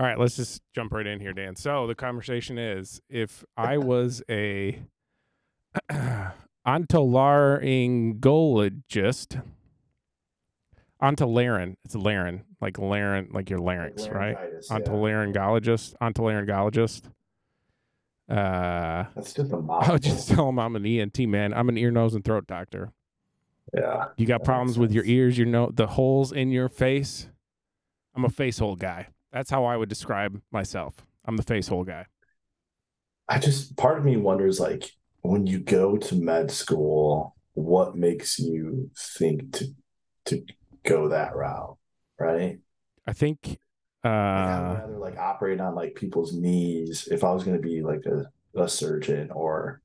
All right, let's just jump right in here, Dan. So the conversation is if I was a ontolaryngologist, ontolaryng, it's laryng, like laryng, like your larynx, right? Laryngitis, yeah. Ontolaryngologist, ontolaryngologist. Uh, That's just a I mouthful. would just tell him I'm an ENT man. I'm an ear, nose, and throat doctor. Yeah. You got That makes problems with your sense. ears, your nose, the holes in your face. I'm a face hole guy. That's how I would describe myself. I'm the face hole guy. I just part of me wonders like when you go to med school, what makes you think to to go that route, right? I think. Like, I would Uh, rather like operate on like people's knees if I was going to be like a, a surgeon or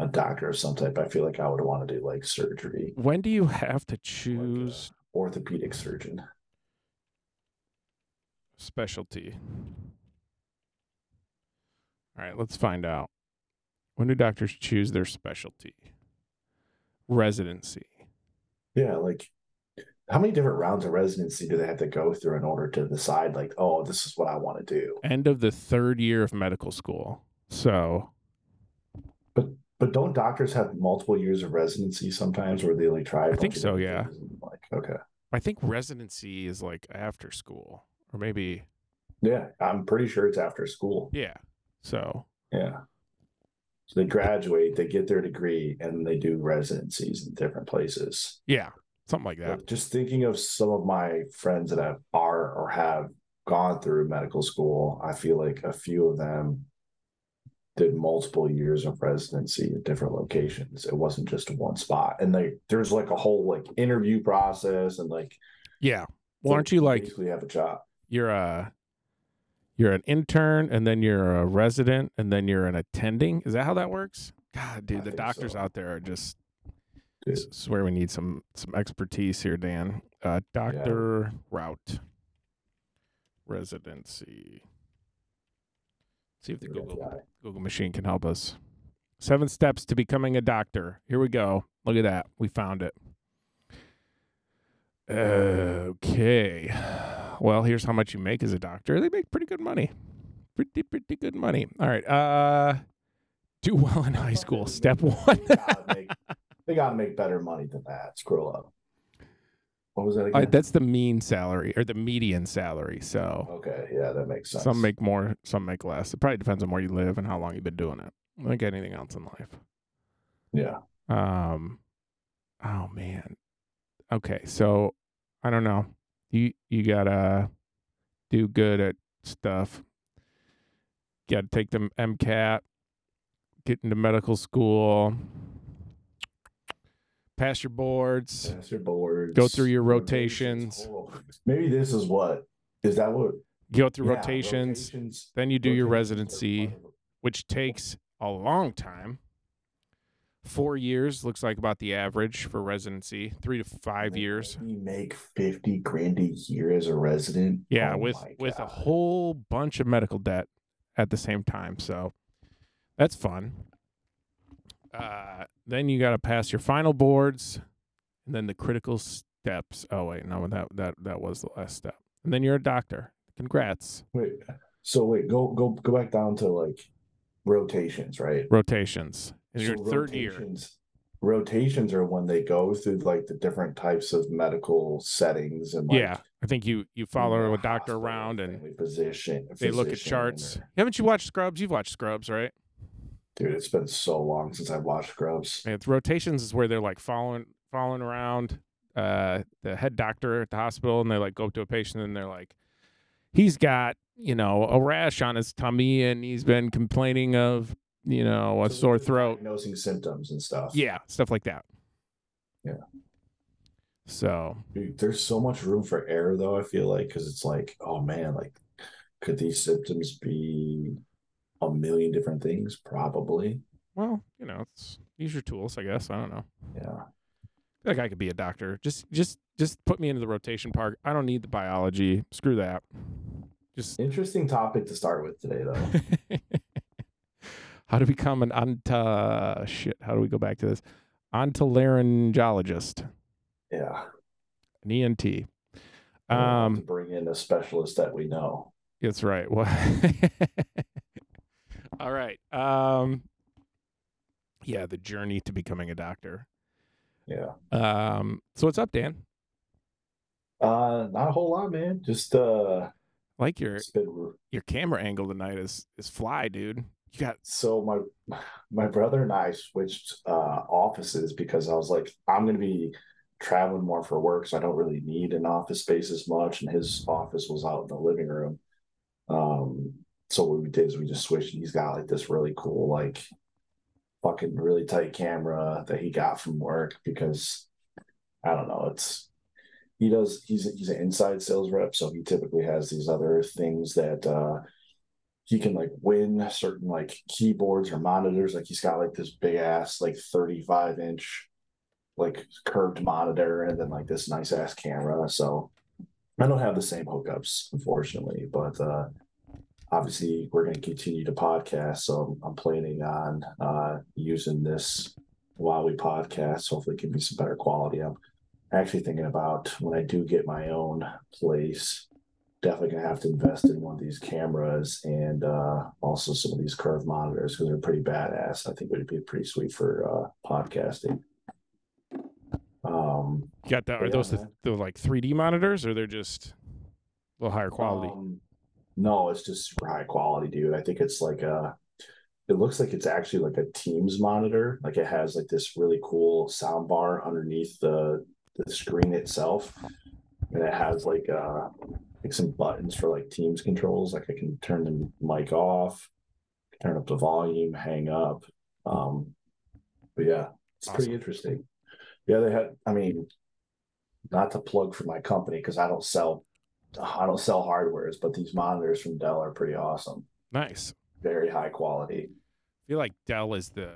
a doctor of some type. I feel like I would want to do like surgery, when do you have to choose orthopedic surgeon. specialty? All right, let's find out. When do doctors choose their specialty? Residency. Yeah, like how many different rounds of residency do they have to go through in order to decide like, oh, this is what I want to do? End of the third year of medical school. So But don't doctors have multiple years of residency sometimes where they only try? I think so, yeah. Like, okay. I think residency is like after school or maybe Yeah. I'm pretty sure it's after school. yeah. So Yeah. So they graduate, they get their degree, and they do residencies in different places. yeah, something like that. But Just thinking of some of my friends that have, are or have gone through medical school, I feel like a few of them did multiple years of residency at different locations. It wasn't just one spot. And they, there's like a whole like interview process and like Yeah. Well, aren't you like basically have a job? you're a you're an intern and then you're a resident and then you're an attending? Is that how that works? God, dude, I the think doctors so. out there are just Dude. s- swear we need some some expertise here, Dan. Uh, doctor route residency. See if the Google Google machine can help us. Seven steps to becoming a doctor. Here we go. Look at that. We found it. Okay. Well, here's how much you make as a doctor. They make pretty good money. Pretty, pretty good money. All right. Uh do well in high school. Step one. they, gotta make, they gotta make better money than that. Scroll up. What was that All again? right, that's the mean salary or the median salary. So okay, yeah, that makes sense. some make more, some make less. It probably depends on where you live and how long you've been doing it. Like anything else in life. yeah. Um, oh man. Okay, so I don't know. You you gotta do good at stuff. You gotta take the MCAT, get into medical school, pass your boards. Master boards. Go through your Maybe this is rotations. whole- Maybe this is what is that what Go through yeah, rotations, then you do your rotations are residency, part of- which takes a long time. Four years looks like about the average for residency. Three to five they years. only make fifty grand a year as a resident. Yeah, Oh with my with a God. whole bunch of medical debt at the same time. So that's fun. Uh, then you got to pass your final boards, and then the critical steps. Oh wait, no, that that that was the last step. And then you're a doctor. Congrats. wait. So wait, go go go back down to like rotations, right? Rotations. In So your third year. rotations- Rotations are when they go through like the different types of medical settings and like yeah, I think you you you follow know, a doctor hospital, around and family physician. they look at physician, charts. or- Haven't you watched Scrubs? You've watched Scrubs, right? dude, it's been so long since I've watched Scrubs. And it's rotations is where they're like following following around uh, the head doctor at the hospital, and they like go up to a patient, and they're like, he's got you know a rash on his tummy, and he's been complaining of you know a So sore they're throat, diagnosing symptoms and stuff. yeah, stuff like that. Yeah. So Dude, there's so much room for error though. I feel like because it's like, oh man, like could these symptoms be a million different things? Probably. well, you know, it's, use your tools, I guess. I don't know. Yeah. I feel like I could be a doctor. Just just just put me into the rotation park. I don't need the biology. Screw that. Just Interesting topic to start with today though. how to become an onta shit. How do we go back to this? Ontolaryngologist, yeah. an ENT. We'll have to Um, Oh, bring in a specialist that we know. That's right. Well, all right. Um, yeah, the journey to becoming a doctor. Yeah. Um, so what's up, Dan? Uh, not a whole lot, man. Just uh, Like your it's been- your camera angle tonight is is fly, dude. You got so my my brother and I switched uh offices because I was like, I'm gonna be traveling more for work, so I don't really need an office space as much. And his office was out in the living room. Um, so what we did is we just switched. He's got like this really cool, like fucking really tight camera that he got from work because I don't know, it's he does he's he's an inside sales rep, so he typically has these other things that uh he can like win certain like keyboards or monitors. Like he's got like this big ass like 35 inch like curved monitor and then like this nice ass camera. So I don't have the same hookups, unfortunately, but uh obviously we're going to continue to podcast. So I'm, I'm planning on uh using this while we podcast. Hopefully, it can be some better quality. I'm actually thinking about when I do get my own place definitely gonna have to invest in one of these cameras and uh, also some of these curved monitors because they're pretty badass. I think it would be pretty sweet for uh, podcasting. Um, you got that? Are Yeah, those the, man. the like 3D monitors, or they're just a little higher quality? um, no, it's just super high quality, dude. I think it's like a. It looks like it's actually like a Teams monitor. Like it has like this really cool sound bar underneath the the screen itself, and it has like uh like some buttons for like Teams controls. Like I can turn the mic off, turn up the volume, hang up. Um, but yeah, it's Awesome. pretty interesting. Yeah, they had. I mean, not to plug for my company because I don't sell, I don't sell hardwares, but these monitors from Dell are pretty awesome. nice. Very high quality. I feel like Dell is the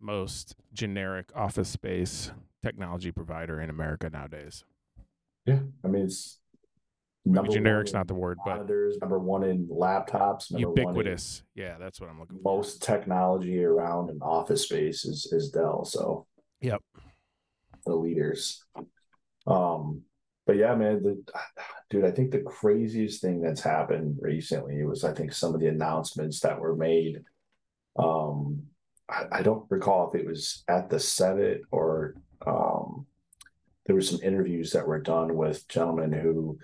most generic office space technology provider in America nowadays. Yeah, I mean it's Maybe one generic's in not the word, but monitors, number one in laptops, number one in ubiquitous. Yeah, that's what I'm looking for. most technology around in office space is is Dell. So Yep. the leaders. Um, but yeah, man, the dude, I think the craziest thing that's happened recently was I think some of the announcements that were made. Um, I, I don't recall if it was at the Senate or um, there were some interviews that were done with gentlemen who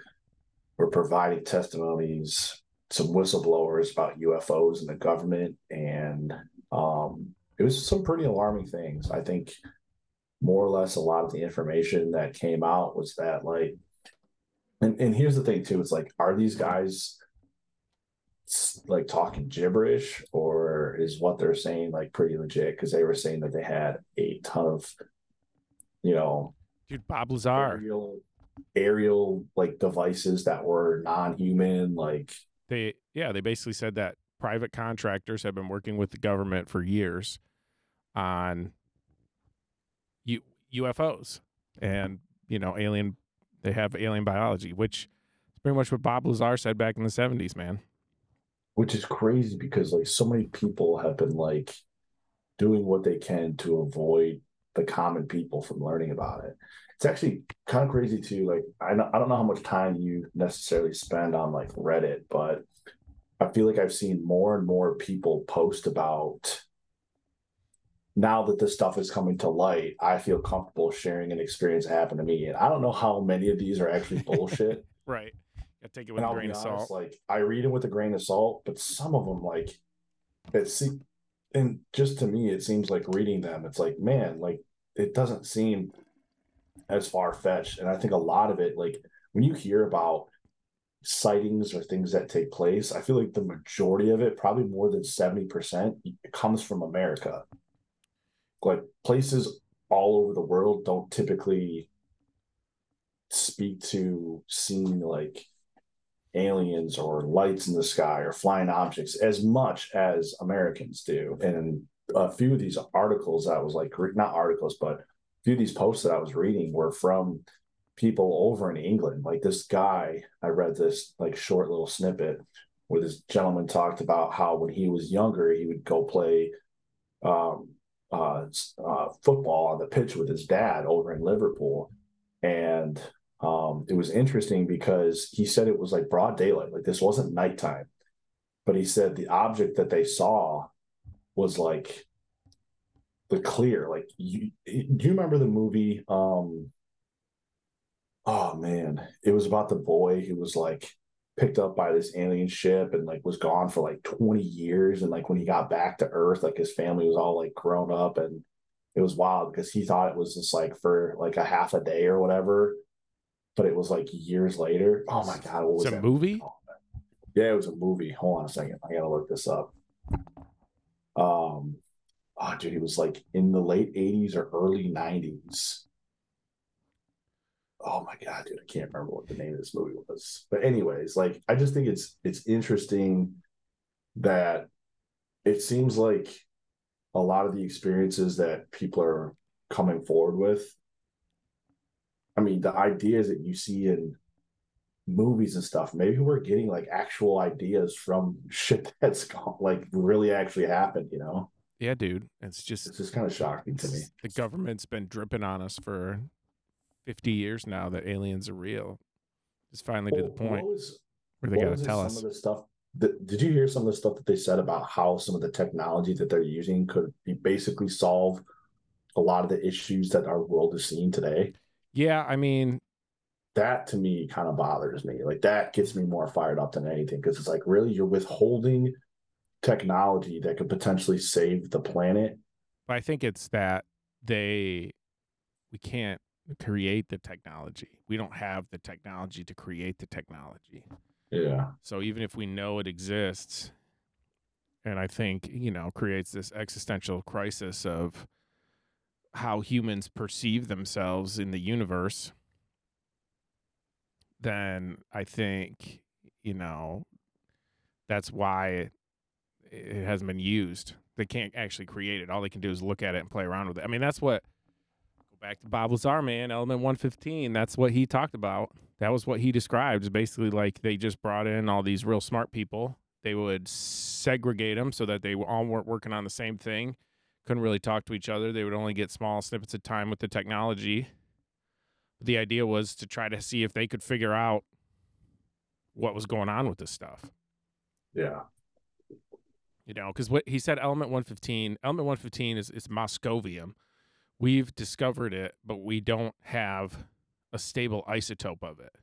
were providing testimonies, some whistleblowers about UFOs and the government, and um, it was some pretty alarming things. I think more or less a lot of the information that came out was that like and, and here's the thing too it's like are these guys s- like talking gibberish or is what they're saying like pretty legit because they were saying that they had a ton of you know Dude, Bob Lazar, aerial aerial like devices that were non-human like they yeah, they basically said that private contractors have been working with the government for years on U- UFOs and, you know, alien they have alien biology, which is pretty much what Bob Lazar said back in the 70s, man. which is crazy because like so many people have been like doing what they can to avoid the common people from learning about it. It's actually kind of crazy too. Like I don't, I don't know how much time you necessarily spend on like Reddit, but I feel like I've seen more and more people post about now that this stuff is coming to light, I feel comfortable sharing an experience that happened to me. And I don't know how many of these are actually bullshit Right. Got to take it with and a I'll grain be of honest, salt. like I read it with a grain of salt, but some of them like it see and just to me it seems like reading them, it's like, man, like it doesn't seem as far fetched. And I think a lot of it, like when you hear about sightings or things that take place, I feel like the majority of it, probably more than 70%, it comes from America. Like places all over the world don't typically speak to seeing like aliens or lights in the sky or flying objects as much as Americans do. And a few of these articles that I was like, re- not articles, but a few of these posts that I was reading were from people over in England. Like this guy, I read this like short little snippet where this gentleman talked about how when he was younger, he would go play um, uh, s- uh, football on the pitch with his dad over in Liverpool. And Um, it was interesting because he said it was like broad daylight, like this wasn't nighttime. But he said the object that they saw was like the clear. Like, you, do you remember the movie? Um, oh man, it was about the boy who was like picked up by this alien ship and like was gone for like 20 years and like when he got back to earth like his family was all like grown up and it was wild because he thought it was just like for like a half a day or whatever but it was like years later oh my god what was It's a that movie? yeah it was a movie hold on a second i gotta look this up um oh dude he was like in the late 80s or early 90s oh my god dude i can't remember what the name of this movie was but anyways like i just think it's it's interesting that it seems like a lot of the experiences that people are coming forward with i mean the ideas that you see in movies and stuff maybe we're getting like actual ideas from shit that's gone, like really actually happened you know Yeah, dude. It's just it's just kind of shocking to me the government's been dripping on us for 50 years now that aliens are real. It's finally to the What- point what was- where they what got was to it, tell some us. of the stuff that, did you hear some of the stuff that they said about how some of the technology that they're using could be basically solve a lot of the issues that our world is seeing today Yeah, I mean, that to me kind of bothers me. Like that gets me more fired up than anything because it's like really you're withholding technology that could potentially save the planet. I think it's that they we can't create the technology. We don't have the technology to create the technology. Yeah. So even if we know it exists, and I think, you know, creates this existential crisis of how humans perceive themselves in the universe, then I think, you know, that's why it, it hasn't been used. They can't actually create it. All they can do is look at it and play around with it. I mean, that's what, go back to Bob Lazar, man, Element 115. That's what he talked about that was what he described. Basically, like they just brought in all these real smart people. They would segregate them so that they all weren't working on the same thing, couldn't really talk to each other. They would only get small snippets of time with the technology. The idea was to try to see if they could figure out what was going on with this stuff Yeah. you know, because what he said, element 115, element 115 is it's Moscovium. We've discovered it, but we don't have a stable isotope of it.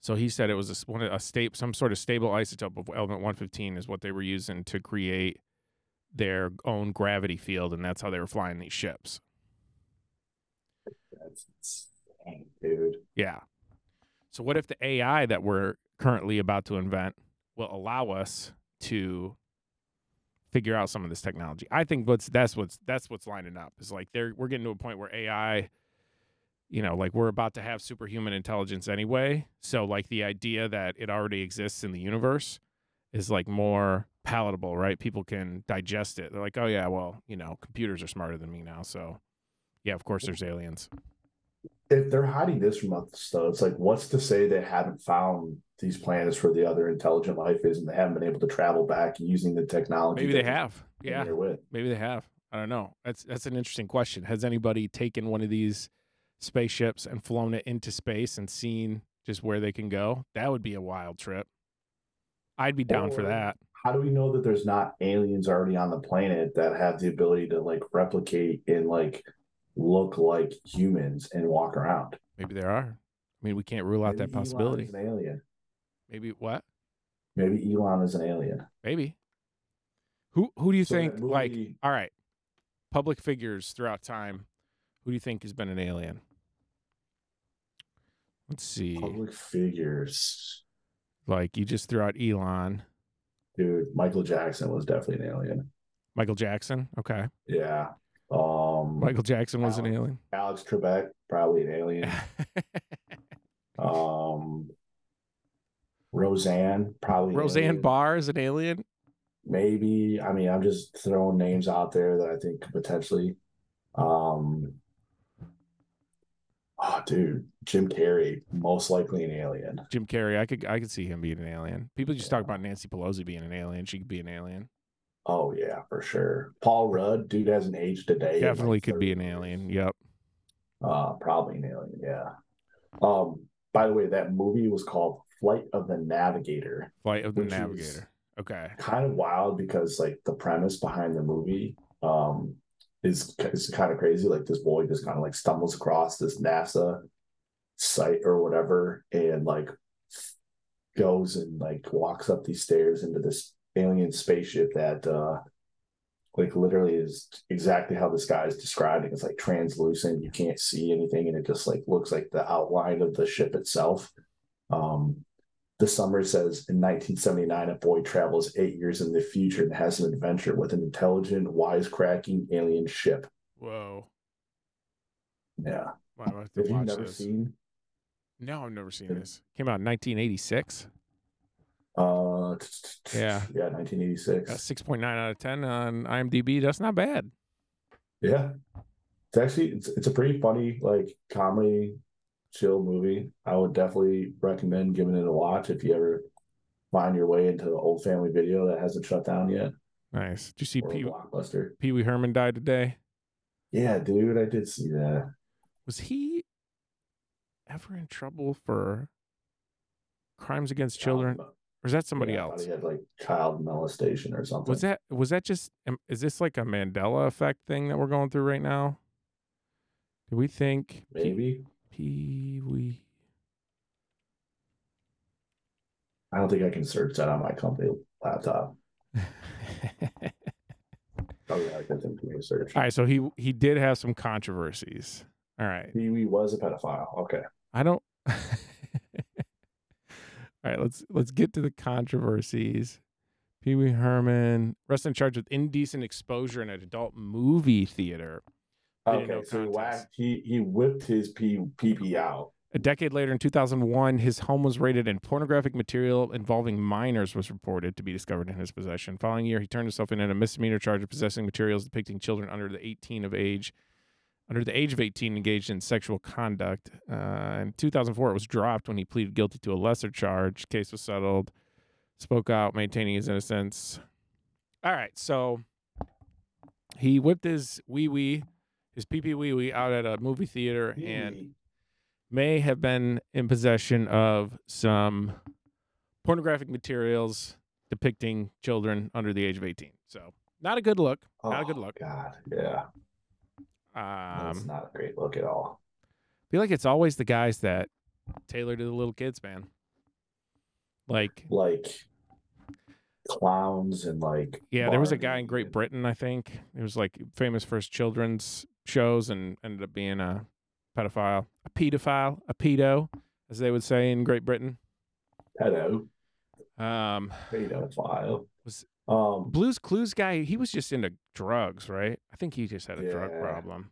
So he said it was a, s- one of- a state, some sort of stable isotope of element 115 is what they were using to create their own gravity field, and that's how they were flying these ships. That's insane, dude. Yeah. So what if the AI that we're currently about to invent will allow us to figure out some of this technology? I think what's that's what's that's what's lining up is like they're we're getting to a point where AI, you know, like we're about to have superhuman intelligence anyway. So like the idea that it already exists in the universe is like more palatable, right? People can digest it. They're like, oh yeah, well, you know, computers are smarter than me now, so yeah, of course there's aliens. If they're hiding this from us, though, it's like what's to say they haven't found these planets where the other intelligent life is, and they haven't been able to travel back using the technology. Maybe that they have. Yeah. familiar With. Maybe they have. I don't know. That's that's an interesting question. Has anybody taken one of these spaceships and flown it into space and seen just where they can go? That would be a wild trip. I'd be down for Or- that. how do we know that there's not aliens already on the planet that have the ability to like replicate and like look like humans and walk around? Maybe there are. I mean, we can't rule out that Maybe Elon possibility. is an alien. Maybe what? Maybe Elon is an alien. Maybe. Who who do you So that think like movie- all right, public figures throughout time, who do you think has been an alien? Let's see. public figures, Like you just threw out Elon, dude? Michael Jackson was definitely an alien. Michael Jackson. Okay. Yeah. Um, Michael Jackson was an Alex. alien. Alex Trebek probably an alien. Um, Roseanne probably an Roseanne alien. Barr is an alien. maybe i mean i'm just throwing names out there that i think could potentially um oh dude jim carrey most likely an alien Jim Carrey, I could I could see him being an alien. People just talk about Nancy Pelosi being an alien. She could be an alien. oh yeah for sure paul rudd dude hasn't aged a day in, like, Definitely could 30 be an years. alien. Yep. uh probably an alien yeah um By the way, that movie was called Flight of the Navigator. Flight of the Which is- Navigator. Okay. Kind of wild because like the premise behind the movie um is is kind of crazy. Like this boy just kind of like stumbles across this NASA site or whatever and like goes and like walks up these stairs into this alien spaceship that uh like literally is exactly how this guy is describing. It's like translucent, you can't see anything, and it just like looks like the outline of the ship itself. Um the summary says in 1979, a boy travels eight years in the future and has an adventure with an intelligent, wisecracking alien ship. Whoa. Yeah. Wow, I have to Have you watch never this. seen? No, I've never seen Yeah. this. Came out in 1986. Uh, t- t- t- Yeah. Yeah, 1986. Got a 6.9 out of 10 on IMDb. That's not bad. Yeah. It's actually it's, it's a pretty funny like comedy chill movie. I would definitely recommend giving it a watch if you ever find your way into the old family video that hasn't shut down yet Nice. Did you see or Pee- blockbuster. Pee Wee Herman die today? Yeah, dude, I did see that. Was he ever in trouble for crimes against children, Um, or is that somebody yeah, I thought else? He had like child molestation or something. Was that was that just am- is this like a Mandela effect thing that we're going through right now? Do we think Pee- maybe? Pee Wee? I don't think I can search that on my company laptop. Oh yeah, I can think of search. All right, so he he did have some controversies. All right, Pee Wee was a pedophile. Okay. I don't. All right, let's let's get to the controversies. Pee Wee Herman, arrested and charged with indecent exposure in an adult movie theater. They didn't Okay, know so he context. whacked he he whipped his pee pee pee out. A decade later, in 2001, his home was raided and pornographic material involving minors was reported to be discovered in his possession. Following year, he turned himself in on a misdemeanor charge of possessing materials depicting children under the 18 of age, under the age of 18, engaged in sexual conduct. Uh, in 2004, it was dropped when he pleaded guilty to a lesser charge. Case was settled. Spoke out, maintaining his innocence. All right, so he whipped his wee wee, his pee pee wee wee, out at a movie theater and Pee-wee. may have been in possession of some pornographic materials depicting children under the age of 18. So, not a good look. Not a good Oh, look. God, yeah, it's Um, not a great look at all. feel like it's always the guys that tailor to the little kids, man. Like, Like clowns and like yeah, there was a guy in Barney Great and- Britain, I think. It was like famous for his children's shows and ended up being a pedophile, a pedophile, a pedo, as they would say in Great Britain. pedo, Um, pedophile. Was- um Blues Clues guy, he was just into drugs, right? I think he just had a drug Yeah. problem.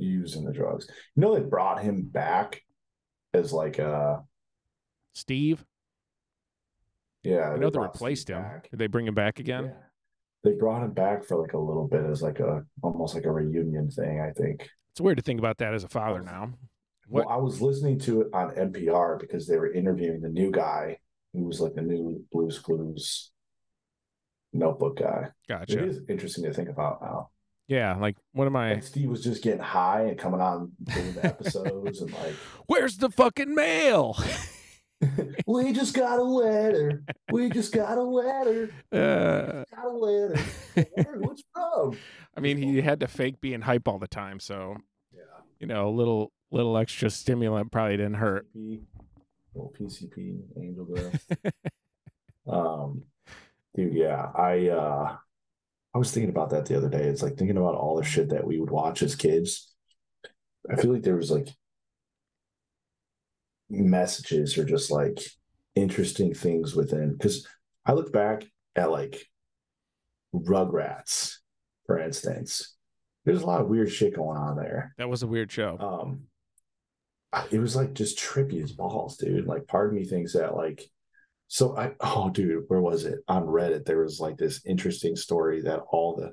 using the drugs? You know they brought him back as like uh, a Steve, yeah. I know they brought Steve replaced him. back. Did they bring him back again? Yeah. They brought him back for like a little bit as like a almost like a reunion thing, I think. It's weird to think about that as a father Oh. now. What? Well, I was listening to it on NPR because they were interviewing the new guy who was like the new Blues Clues notebook guy. It gotcha. is interesting to think about now. Yeah, like one of my. And Steve was just getting high and coming on doing the episodes and like, Where's the fucking mail? we just got a letter. We just got a letter. Uh, Got a letter. Letter? What's wrong? I mean, he had to fake being hype all the time, so Yeah. you know, a little little extra stimulant probably didn't hurt. PCP, little PCP angel dust. Um, dude, yeah, I uh, I was thinking about that the other day. It's like thinking about all the shit that we would watch as kids. I feel like there was like messages or just like interesting things within. Because I look back at like Rugrats, for instance. There's a lot of weird shit going on there. That was a weird show. Um, I- it was like just trippy as balls, dude. Like, part of me thinks that like, so I oh, dude, where was it on Reddit? There was like this interesting story that all the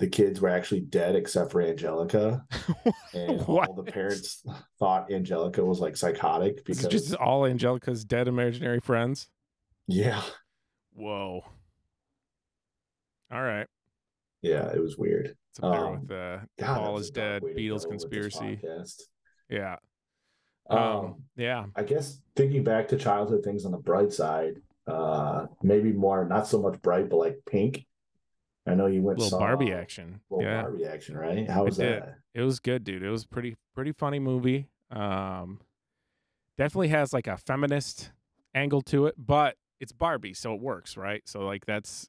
the kids were actually dead except for Angelica, and all the What? parents thought Angelica was like psychotic It's because just all Angelica's dead imaginary friends. yeah, Whoa. All right. yeah, it was weird. It's up there Um, with uh, God, that Paul was is a dark dead, way to Beatles go with this conspiracy. podcast. Yeah. Um, Um, yeah. I guess thinking back to childhood things on the bright side, uh, maybe more not so much bright, but like pink. I know you went Little saw Barbie action. Little yeah. Barbie action, right? How was did. that? It was good, dude. It was pretty pretty funny movie. Um definitely has like a feminist angle to it, but it's Barbie, so it works, right? So like that's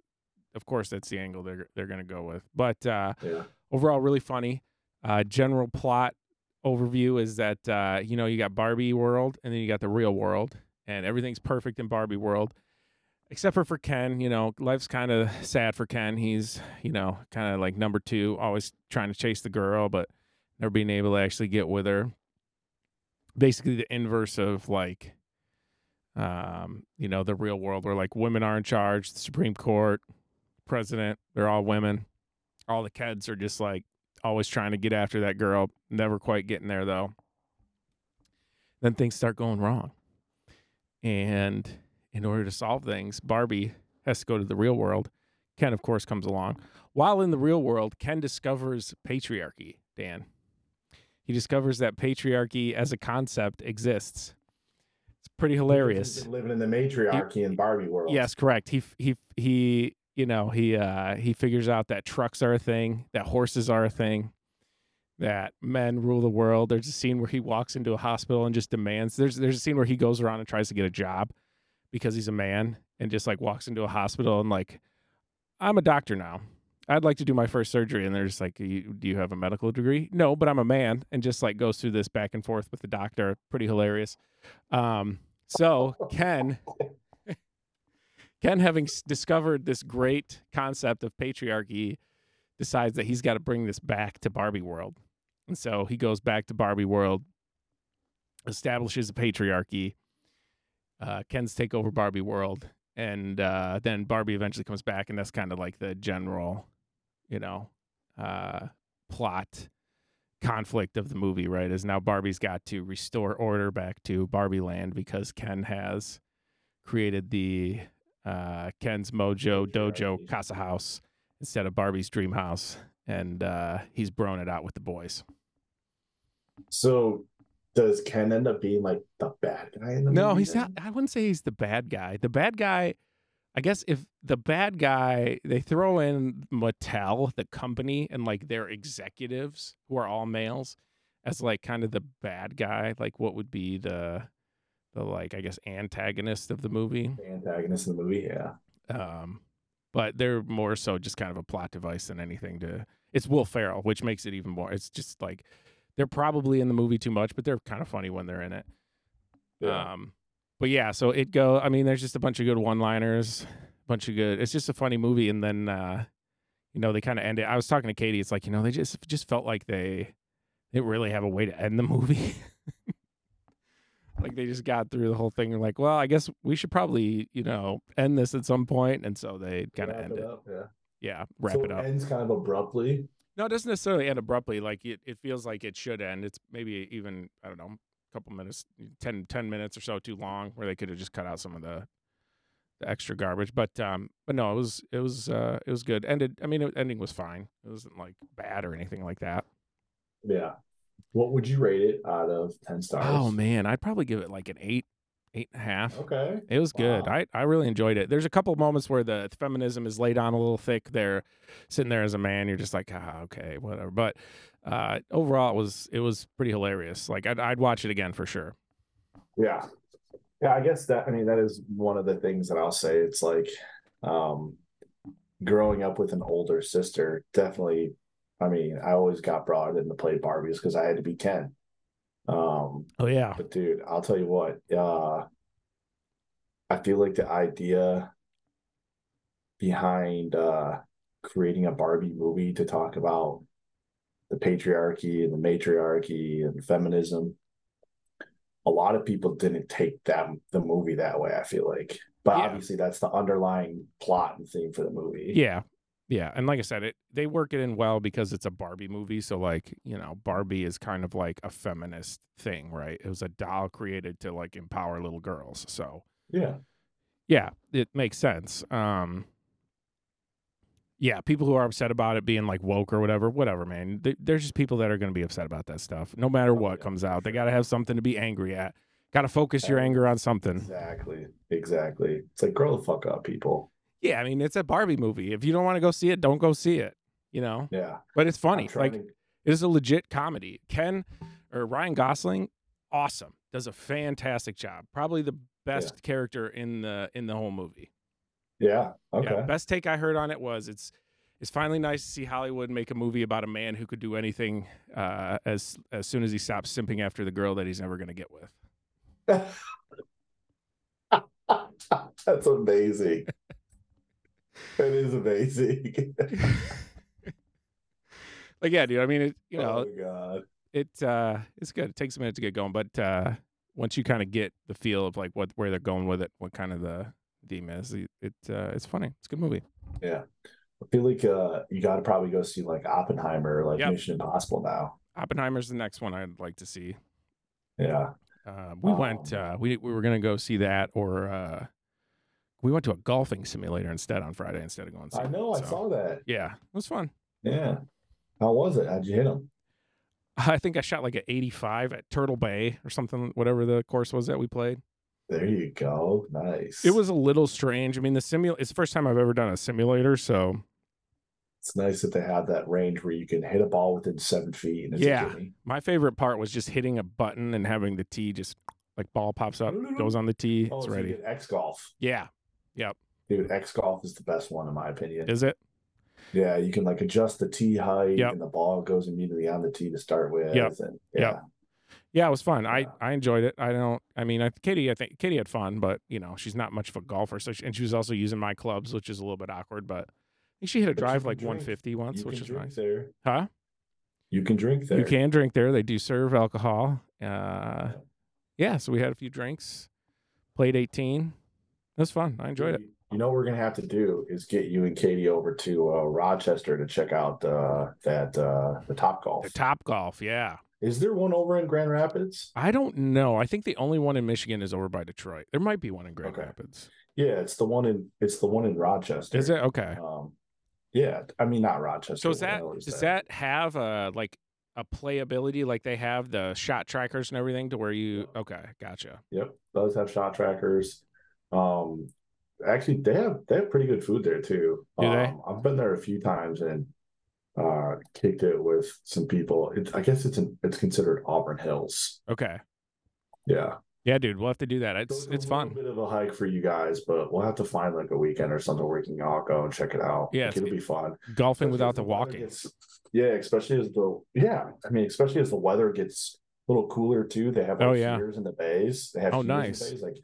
of course that's the angle they're they're going to go with. But uh Yeah, overall really funny. Uh, general plot overview is that uh, you know you got Barbie World and then you got the real world, and everything's perfect in Barbie World, except for for Ken. You know, life's kind of sad for Ken. He's you know kind of like number two, always trying to chase the girl, but never being able to actually get with her. Basically, the inverse of like. Um, you know, the real world where like women are in charge, the Supreme Court, president, they're all women all the kids are just like always trying to get after that girl, never quite getting there though. Then things start going wrong. And in order to solve things, Barbie has to go to the real world. Ken, of course, comes along. While in the real world, Ken discovers patriarchy, Dan. He discovers that patriarchy as a concept exists. It's pretty hilarious. Living in the matriarchy in Barbie world. Yes, correct. He f- he f- he you know, he uh he figures out that trucks are a thing, that horses are a thing, that men rule the world. There's a scene where he walks into a hospital and just demands there's there's a scene where he goes around and tries to get a job because he's a man and just like walks into a hospital and like I'm a doctor now. I'd like to do my first surgery and they're just like you, do you have a medical degree? No, but I'm a man and just like goes through this back and forth with the doctor. Pretty hilarious. Um so Ken Ken, having s- discovered this great concept of patriarchy, decides that he's got to bring this back to Barbie World. And so he goes back to Barbie World, establishes a patriarchy. Uh, Ken's take over Barbie World. And uh, then Barbie eventually comes back. And that's kind of like the general, you know, uh, plot conflict of the movie, right? Is now Barbie's got to restore order back to Barbie land because Ken has created the uh, Ken's Mojo Dojo Patriarchy. Casa House instead of Barbie's Dream House. And uh, he's broing it out with the boys. So does Ken end up being like the bad guy in the movie? No, he's then? not. I wouldn't say he's the bad guy. The bad guy, I guess, if the bad guy, they throw in Mattel, the company, and like their executives who are all males as like kind of the bad guy. Like, what would be the, the like, I guess, antagonist of the movie? the antagonist in the movie. Yeah, Um, but they're more so just kind of a plot device than anything to. It's Will Ferrell, which makes it even more. It's just like they're probably in the movie too much, but they're kind of funny when they're in it. Um, but yeah, so it go. I mean, there's just a bunch of good one-liners, bunch of good. It's just a funny movie, and then uh, you know they kind of end it. I was talking to Katie. It's like you know they just just felt like they they didn't really have a way to end the movie. like they just got through the whole thing. and like, well, I guess we should probably you know end this at some point, and so they kind of Wrap end it. up, yeah. Yeah, wrap so it up. Ends kind of abruptly. No, it doesn't necessarily end abruptly. Like it, it feels like it should end. It's maybe even, I don't know, a couple minutes, 10, 10 minutes or so too long where they could have just cut out some of the, the extra garbage. But, um, but no, it was, it was, uh, it was good. Ended, I mean, it, ending was fine. It wasn't like bad or anything like that. Yeah. What would you rate it out of ten stars? Oh man, I'd probably give it like an eight, eight and a half. Okay. It was good. Wow. I, I really enjoyed it. There's a couple of moments where the feminism is laid on a little thick. There, sitting there as a man, you're just like, ah, okay, whatever. But uh, overall, it was it was pretty hilarious. Like I'd, I'd watch it again for sure. Yeah. Yeah, I guess that I mean that is one of the things that I'll say. It's like um growing up with an older sister definitely I mean, I always got brought in to play Barbies because I had to be Ken. Um, Oh yeah, but dude, I'll tell you what, uh I feel like the idea behind uh creating a Barbie movie to talk about the patriarchy and the matriarchy and feminism. A lot of people didn't take that the movie that way, I feel like. But Yeah. obviously that's the underlying plot and theme for the movie. yeah, yeah. And like I said, it they work it in well because it's a Barbie movie. So like you know, Barbie is kind of like a feminist thing, right? It was a doll created to like empower little girls. So Yeah. yeah, it makes sense. Um, yeah, people who are upset about it being like woke or whatever, whatever, man. They, there's just people that are going to be upset about that stuff, no matter Oh, what yeah, comes for out. They sure. got to have something to be angry at. Got to focus your Yeah. anger on something. Exactly. Exactly. It's like grow the fuck up, people. Yeah, I mean, it's a Barbie movie. If you don't want to go see it, don't go see it. You know, Yeah. but it's I'm funny. trying Like to- it is a legit comedy. Ken or Ryan Gosling, awesome, does a fantastic job. Probably the best character in the in the whole movie. yeah. Okay. Yeah, best take I heard on it was it's it's finally nice to see Hollywood make a movie about a man who could do anything uh, as as soon as he stops simping after the girl that he's never going to get with. That's amazing. that is amazing. Like yeah, dude. I mean, it you oh know my god. it uh, it's good. It takes a minute to get going, but uh, once you kind of get the feel of like what where they're going with it, what kind of the theme is, it it, uh, it's funny. It's a good movie. Yeah. I feel like uh you gotta probably go see like Oppenheimer or like Yep. Mission Impossible now. Oppenheimer's the next one I'd like to see. Yeah. Uh, we went. Um, Uh, we we were gonna go see that, or uh, we went to a golfing simulator instead on Friday instead of going. see I it, know, I so- saw that. Yeah, it was fun. Yeah. How was it? How'd you hit him? I think I shot like an 85 at Turtle Bay or something, whatever the course was that we played. There you go. Nice. It was a little strange. I mean, the simul. It's the first time I've ever done a simulator, so it's nice that they have that range where you can hit a ball within seven feet and it's Yeah. a gimme. my favorite part was just hitting a button and having the tee just like ball pops up, goes on the tee, Oh, it's so you ready. did X golf. Yeah, Dude, X golf is the best one in my opinion. is it? Yeah, you can like adjust the tee height Yep. and the ball goes immediately on the tee to start with. Yep. And yeah. Yep. Yeah, it was fun. I, Yeah. I enjoyed it. I don't. I mean, I, Katie. I think Katie had fun, but you know, she's not much of a golfer. So, she, and she was also using my clubs, which is a little bit awkward. But I think she hit a But you drive can like drink. 150 once, you which can was drink nice. there. Huh? You can drink there. You can drink there. They do serve alcohol. Uh, yeah. So we had a few drinks. Played 18. It was fun. I enjoyed it. You know what we're gonna have to do is get you and Katie over to uh, Rochester to check out uh, that uh, the Top Golf. The top golf. Yeah. is there one over in Grand Rapids? I don't know. I think the only one in Michigan is over by Detroit. There might be one in Grand Okay. Rapids. Yeah, it's the one in it's the one in Rochester. Is it okay? Um, yeah, I mean not Rochester. So is where the that hell is does that have a like a playability like they have the shot trackers and everything to where you okay gotcha Yep, those have shot trackers. Um, actually, they have they have pretty good food there too. Do they? Um, I've been there a few times and uh kicked it with some people. It's I guess it's an, it's considered Auburn Hills. okay Yeah, yeah dude we'll have to do that So it's a it's little fun Bit of a hike for you guys, but we'll have to find like a weekend or something where you can all go and check it out. Yeah, Like, it's- it'll be fun. golfing Especially without as the weather walking gets- yeah, especially as the yeah, I mean, especially as the weather gets a little cooler too. They have like Oh, yeah. heaters in the bays. They have Oh, heaters in the nice. bays. Like,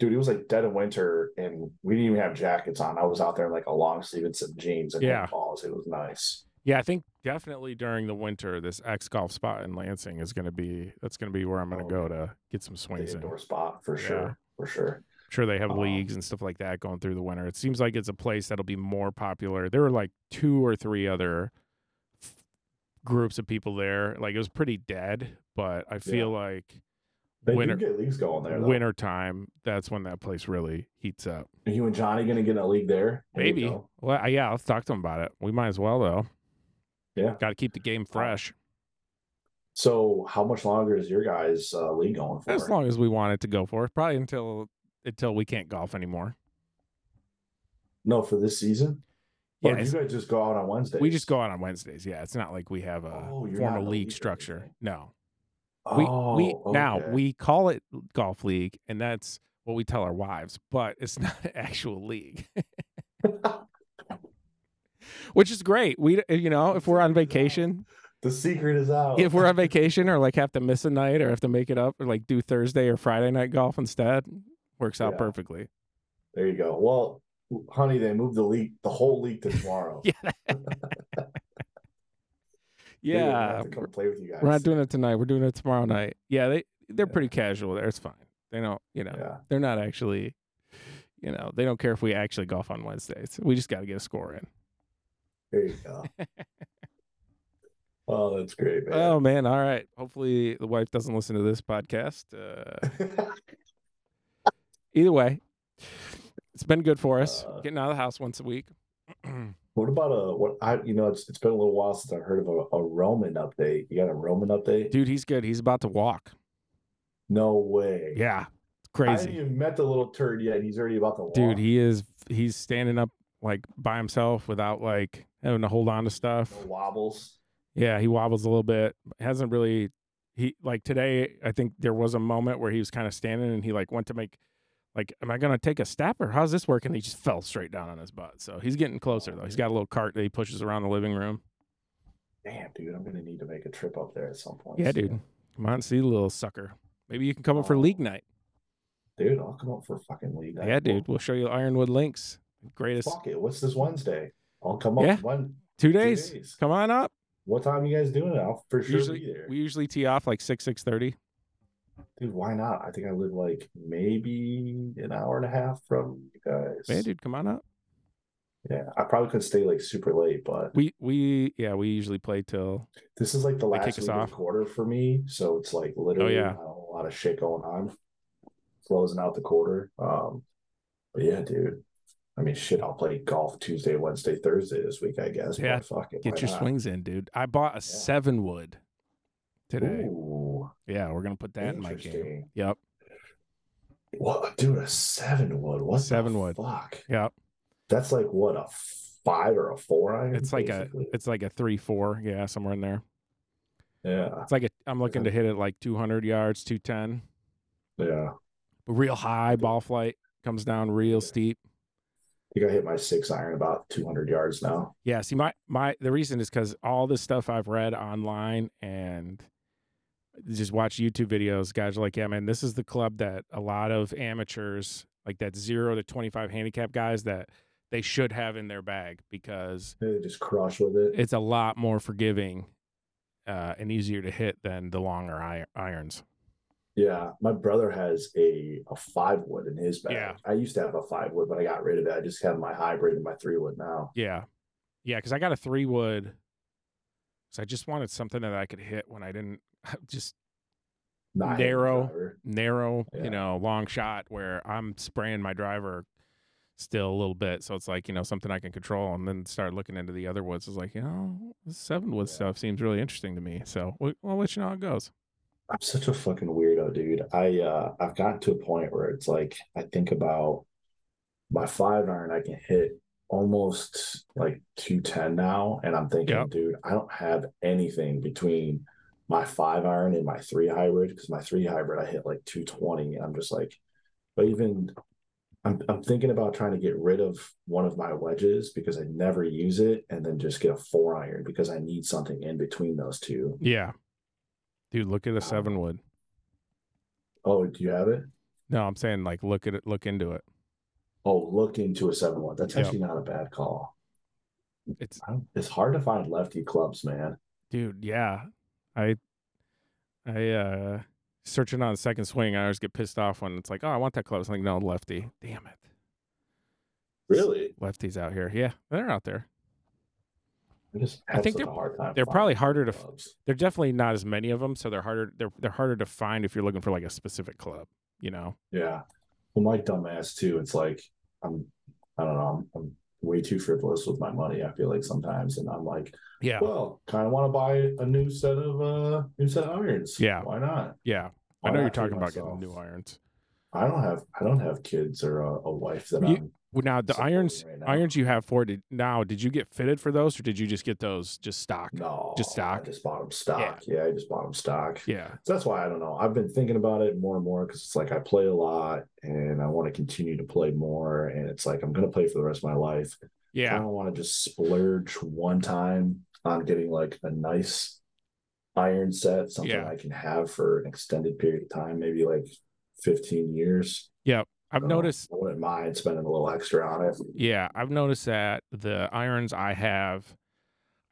dude, it was like dead of winter, and we didn't even have jackets on. I was out there in like a long sleeve and some jeans and Yeah. balls. It was nice. yeah i think definitely during the winter this x golf spot in lansing is going to be that's going to be where i'm going Oh, to go to get some The swings in indoor spot for Yeah. sure, for sure. sure they have Um, leagues and stuff like that going through the winter it seems like it's a place that'll be more popular there were like two or three other f- groups of people there like it was pretty dead but i feel like They winter do get leagues going there. Though. winter time that's when that place really heats up Are you and Johnny gonna get in a league there? There you maybe go. well I- yeah let's talk to them about it we might as well though Yeah. got to keep the game fresh So, how much longer is your guys' uh, league going for? as long as we want it to go for probably until until we can't golf anymore No, for this season. Yeah, Or do it's- you guys just go out on Wednesday. we just go out on wednesdays yeah it's not like we have a Oh, you're not in formal a league league or structure anything. no we, Oh, we now okay. we call it golf league and that's what we tell our wives but it's not an actual league which is great we d- you know if we're on Secret is out. vacation The secret is out. if we're on vacation or like have to miss a night or have to make it up or like do thursday or friday night golf instead works out Yeah. perfectly there you go. Well, honey, they moved the league, the whole league to tomorrow. Yeah, Dude, I'm gonna yeah have to come play with you guys. we're not doing it tonight we're doing it tomorrow night yeah they they're Yeah. pretty casual there it's fine they don't you know Yeah, they're not actually you know they don't care if we actually golf on wednesdays we just got to get a score in there you go. oh, that's great, man. Oh man! All right. Hopefully, the wife doesn't listen to this podcast. Uh, either way, it's been good for us. Uh, Getting out of the house once a week. What about a what I you know it's it's been a little while since I heard of a, a Roman update. You got a Roman update? Dude, he's good. He's about to walk. No way. Yeah. It's I haven't crazy. even met the little turd yet. and He's already about to walk. Dude, he is he's standing up like by himself without like having to hold on to stuff. No wobbles. Yeah, he wobbles a little bit. Hasn't really he like today I think there was a moment where he was kind of standing and he like went to make like am I going to take a step or how's this working? He just fell straight down on his butt. So he's getting closer though. He's got a little cart that he pushes around the living room. Damn, dude, I'm gonna need to make a trip up there at some point. Yeah, soon. dude. Come on, see the little sucker. Maybe you can come up for league night. Dude, I'll come up for fucking league. night. Yeah, dude. We'll show you Ironwood Links. Greatest Fuck it. What's this Wednesday? I'll come up Yeah. one two two days. Come on up. What time you guys doing it? I'll for sure usually be there. we usually tee off like six six thirty. Dude, why not? I think I live like maybe an hour and a half from you guys. Man, dude, come on up. Yeah, I probably could stay like super late, but We we yeah we usually play till this is like the They last kick us week of the off. quarter for me, so it's like literally yeah. not a whole lot of shit going on. Closing out the quarter. Um, but yeah, dude. I mean, shit. I'll play golf Tuesday, Wednesday, Thursday this week. I guess. but Yeah, fuck it. get why your not? swings in, dude. I bought a seven wood today. Ooh, Yeah, we're gonna put that in my game. interesting. Yep, What, dude? A seven wood. What the Seven wood. Fuck. yep. That's like what a five or a four iron. It's like a basically. it's like a three four. Yeah, somewhere in there. yeah, It's like a I'm looking to hit it like two hundred yards, two ten. yeah. But real high ball flight comes down real steep. I think I hit my six iron about 200 yards now. Yeah, see my my the reason is cuz all this stuff I've read online and just watch YouTube videos, guys are like, "Yeah, man, this is the club that a lot of amateurs like that 0 to 25 handicap guys that they should have in their bag because They just crush with it. it's a lot more forgiving uh, and easier to hit than the longer ir- irons." yeah, my brother has a a five wood in his bag. Yeah. I used to have a five wood, but I got rid of it. I just have my hybrid and my three wood now. Yeah. Yeah, because I got a three wood. So I just wanted something that I could hit when I didn't just Not hitting the Narrow. driver. narrow, Yeah. you know, long shot where I'm spraying my driver still a little bit. So it's like, you know, something I can control and then start looking into the other woods. It's like, you know, this seven wood Yeah. stuff seems really interesting to me. So we- we'll let you know how it goes. I'm such a fucking weirdo, dude. I uh I've gotten to a point where it's like I think about my five iron I can hit almost like 210 now and I'm thinking, Yep. dude, I don't have anything between my five iron and my three hybrid because my three hybrid I hit like 220 and I'm just like but even I'm I'm thinking about trying to get rid of one of my wedges because I never use it and then just get a four iron because I need something in between those two. Yeah. Dude, look at a seven wood. Oh, do you have it? No, I'm saying like look at it, look into it. Oh, look into a seven one. That's Yeah. actually not a bad call. It's I don't, it's hard to find lefty clubs, man. dude yeah i i uh searching on second swing i always get pissed off when it's like oh i want that club something no lefty damn it Really, lefties out here yeah they're out there I just I have think such a they're- hard time. they're finding probably harder to- clubs. they're definitely not as many of them so they're harder they're they're harder to find if you're looking for like a specific club you know Yeah. Well, my dumbass too. It's like I'm. I don't know. I'm, I'm way too frivolous with my money. I feel like sometimes, and I'm like, yeah well, kind of want to buy a new set of uh new set of irons. Yeah. Why not? yeah Why i know not you're treat talking about Oh, myself? getting new irons I don't have. I don't have kids or a, a wife that You- I'm. well, now the supporting irons right now. irons you have for did, now did you get fitted for those or did you just get those just stock No, just stock? I just bought them stock. yeah I just bought them stock. yeah So that's why I don't know. I've been thinking about it more and more because it's like I play a lot and I want to continue to play more. And it's like I'm going to play for the rest of my life. I yeah don't want to just splurge one time on getting like a nice iron set, something Yeah. I can have for an extended period of time, maybe like 15 years. i've So noticed I wouldn't mind spending a little extra on it. Yeah, I've noticed that the irons I have,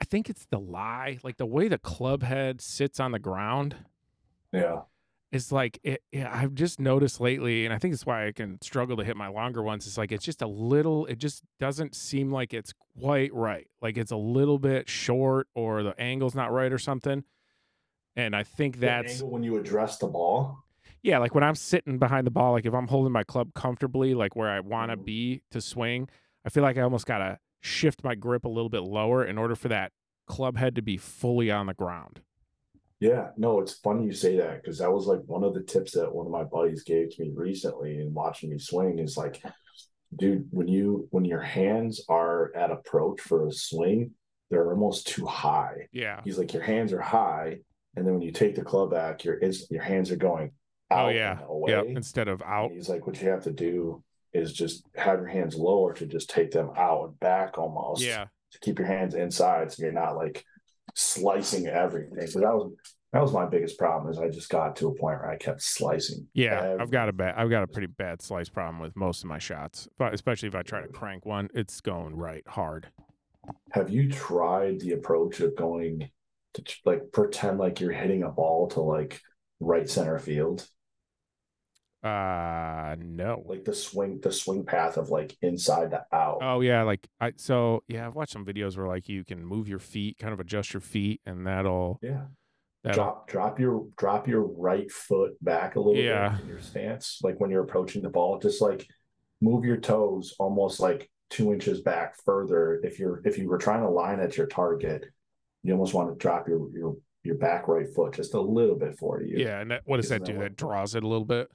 I think it's the lie, like the way the club head sits on the ground Yeah. is like it, yeah, I've just noticed lately, and I think it's why I can struggle to hit my longer ones. It's like it's just a little, it just doesn't seem like it's quite right. Like it's a little bit short, or the angle's not right, or something. And I think The that's angle when you address the ball. yeah, like when I'm sitting behind the ball, like if I'm holding my club comfortably, like where I want to Mhm. be to swing, I feel like I almost gotta shift my grip a little bit lower in order for that club head to be fully on the ground. Yeah, no, it's funny you say that because that was like one of the tips that one of my buddies gave to me recently in watching me swing is like, dude, when you when your hands are at approach for a swing, they're almost too high. Yeah. He's like, your hands are high, and then when you take the club back, your it's, your hands are going out Oh yeah. and away. Yeah. Instead of out. And he's like, what you have to do is just have your hands lower to just take them out and back almost. Yeah. To keep your hands inside so you're not like slicing everything. So that was that was my biggest problem is I just got to a point where I kept slicing. Yeah, I've got a everything. bad, I've got a pretty bad slice problem with most of my shots, but especially if I try to crank one, it's going right hard. Have you tried the approach of going to ch- like pretend like you're hitting a ball to like right center field? Uh, no. Like the swing, the swing path of like inside to out. Oh yeah, like I so yeah, I've watched some videos where like you can move your feet, kind of adjust your feet, and that'll yeah. that'll drop drop your drop your right foot back a little Yeah. bit in your stance like when you're approaching the ball just like move your toes almost like two inches back further if you're if you were trying to line at your target you almost want to drop your your your back right foot just a little bit for you yeah. And that, what does Isn't that that do? what- That draws it a little bit.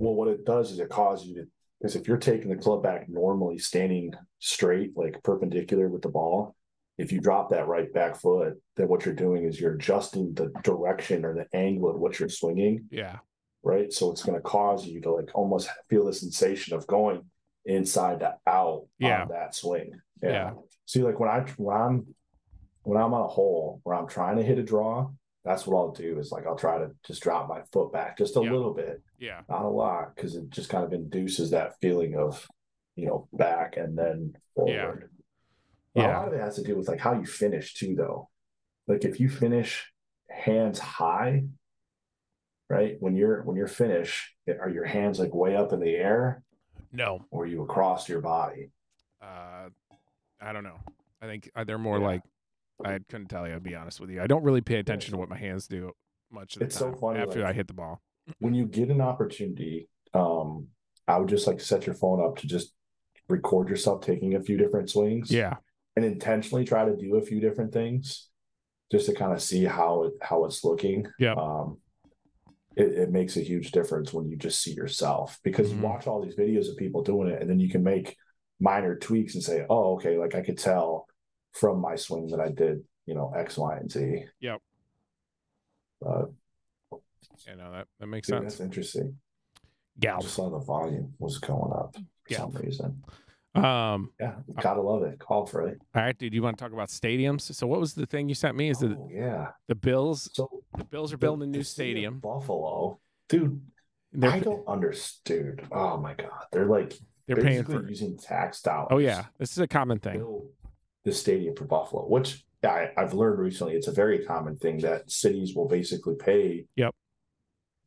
well what it does is it causes you to because if you're taking the club back normally standing straight like perpendicular with the ball if you drop that right back foot then what you're doing is you're adjusting the direction or the angle at which you're swinging Yeah, right? So it's going to cause you to like almost feel the sensation of going inside to out Yeah. on that swing. Yeah. See, like when I when I'm when I'm on a hole where I'm trying to hit a draw, that's what I'll do is like I'll try to just drop my foot back just a Yeah. little bit, yeah, not a lot, because it just kind of induces that feeling of you know back and then Yeah. forward. A yeah, lot of it has to do with like how you finish too, though. Like if you finish hands high, right? When you're when you're finished, eh, are your hands like way up in the air no. or are you across your body? Uh, I don't know. I think uh, they're more Yeah. like I couldn't tell you. I'd be honest with you. I don't really pay attention to what my hands do much of the It's so time funny, after like- I hit the ball. When you get an opportunity, um, I would just like set your phone up to just record yourself taking a few different swings Yeah, and intentionally try to do a few different things just to kind of see how it how it's looking. Yeah. Um, it, it makes a huge difference when you just see yourself because Mhm. you watch all these videos of people doing it and then you can make minor tweaks and say, oh, okay, like I could tell from my swing that I did, you know, X, Y, and Z. Yep. Uh, you know that that makes dude, sense. that's interesting. I Gal. just saw the volume was going up for Yeah. some reason. Um. Yeah, gotta love it. Call for it. All right, dude. You want to talk about stadiums? So, what was the thing you sent me? Is that Oh, yeah. the Bills? So The Bills are the- building a new the city of stadium. Buffalo, dude. They're, I don't understand. Oh my god, they're like they're paying basically for. using tax dollars. Oh yeah, this is a common to thing. build the stadium for Buffalo, which I, I've learned recently, it's a very common thing that cities will basically pay. Yep.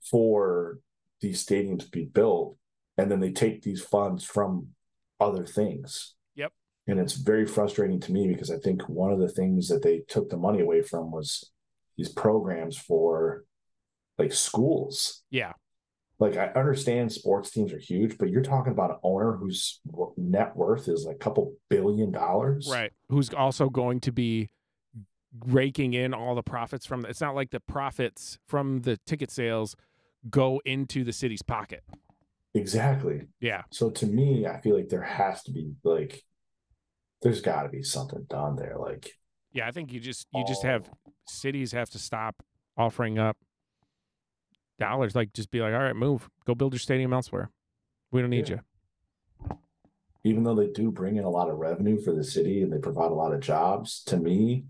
For these stadiums to be built, and then they take these funds from other things. Yep. And it's very frustrating to me because I think one of the things that they took the money away from was these programs for like schools Yeah, like I understand sports teams are huge, but you're talking about an owner whose w- net worth is like a couple billion dollars. right. Who's also going to be raking in all the profits from? It's not like the profits from the ticket sales go into the city's pocket. Exactly. Yeah, So to me, I feel like there has to be like there's got to be something done there. Like yeah. I think you just you just all- have cities have to stop offering up dollars. Like just be like, all right, move, go build your stadium elsewhere. We don't need Yeah. you. even though they do bring in a lot of revenue for the city and they provide a lot of jobs, to me,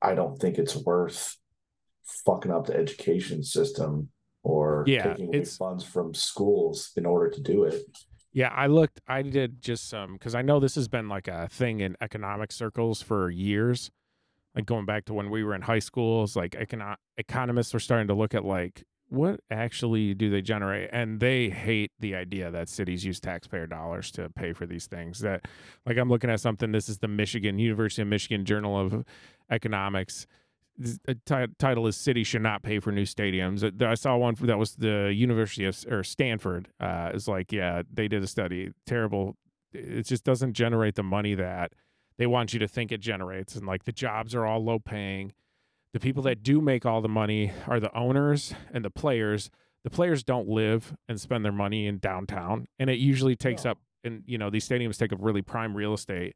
I don't think it's worth fucking up the education system or Yeah, taking away it's- funds from schools in order to do it. Yeah, I looked. I did just some because I know this has been like a thing in economic circles for years. Like going back to when we were in high school, it's like econo- economists were starting to look at like what actually do they generate, and they hate the idea that cities use taxpayer dollars to pay for these things. That like I'm looking at something. This is the Michigan University of Michigan Journal of Economics. This- The uh, ti- title is "City Should Not Pay for New Stadiums." Uh, there- I saw one for- that was the University of S- or Stanford. Uh, is like, yeah, they did a study. Terrible it just doesn't generate the money that they want you to think it generates and like the jobs are all low paying the people that do make all the money are the owners and the players the players don't live and spend their money in downtown and it usually takes No. up and you know these stadiums take up really prime real estate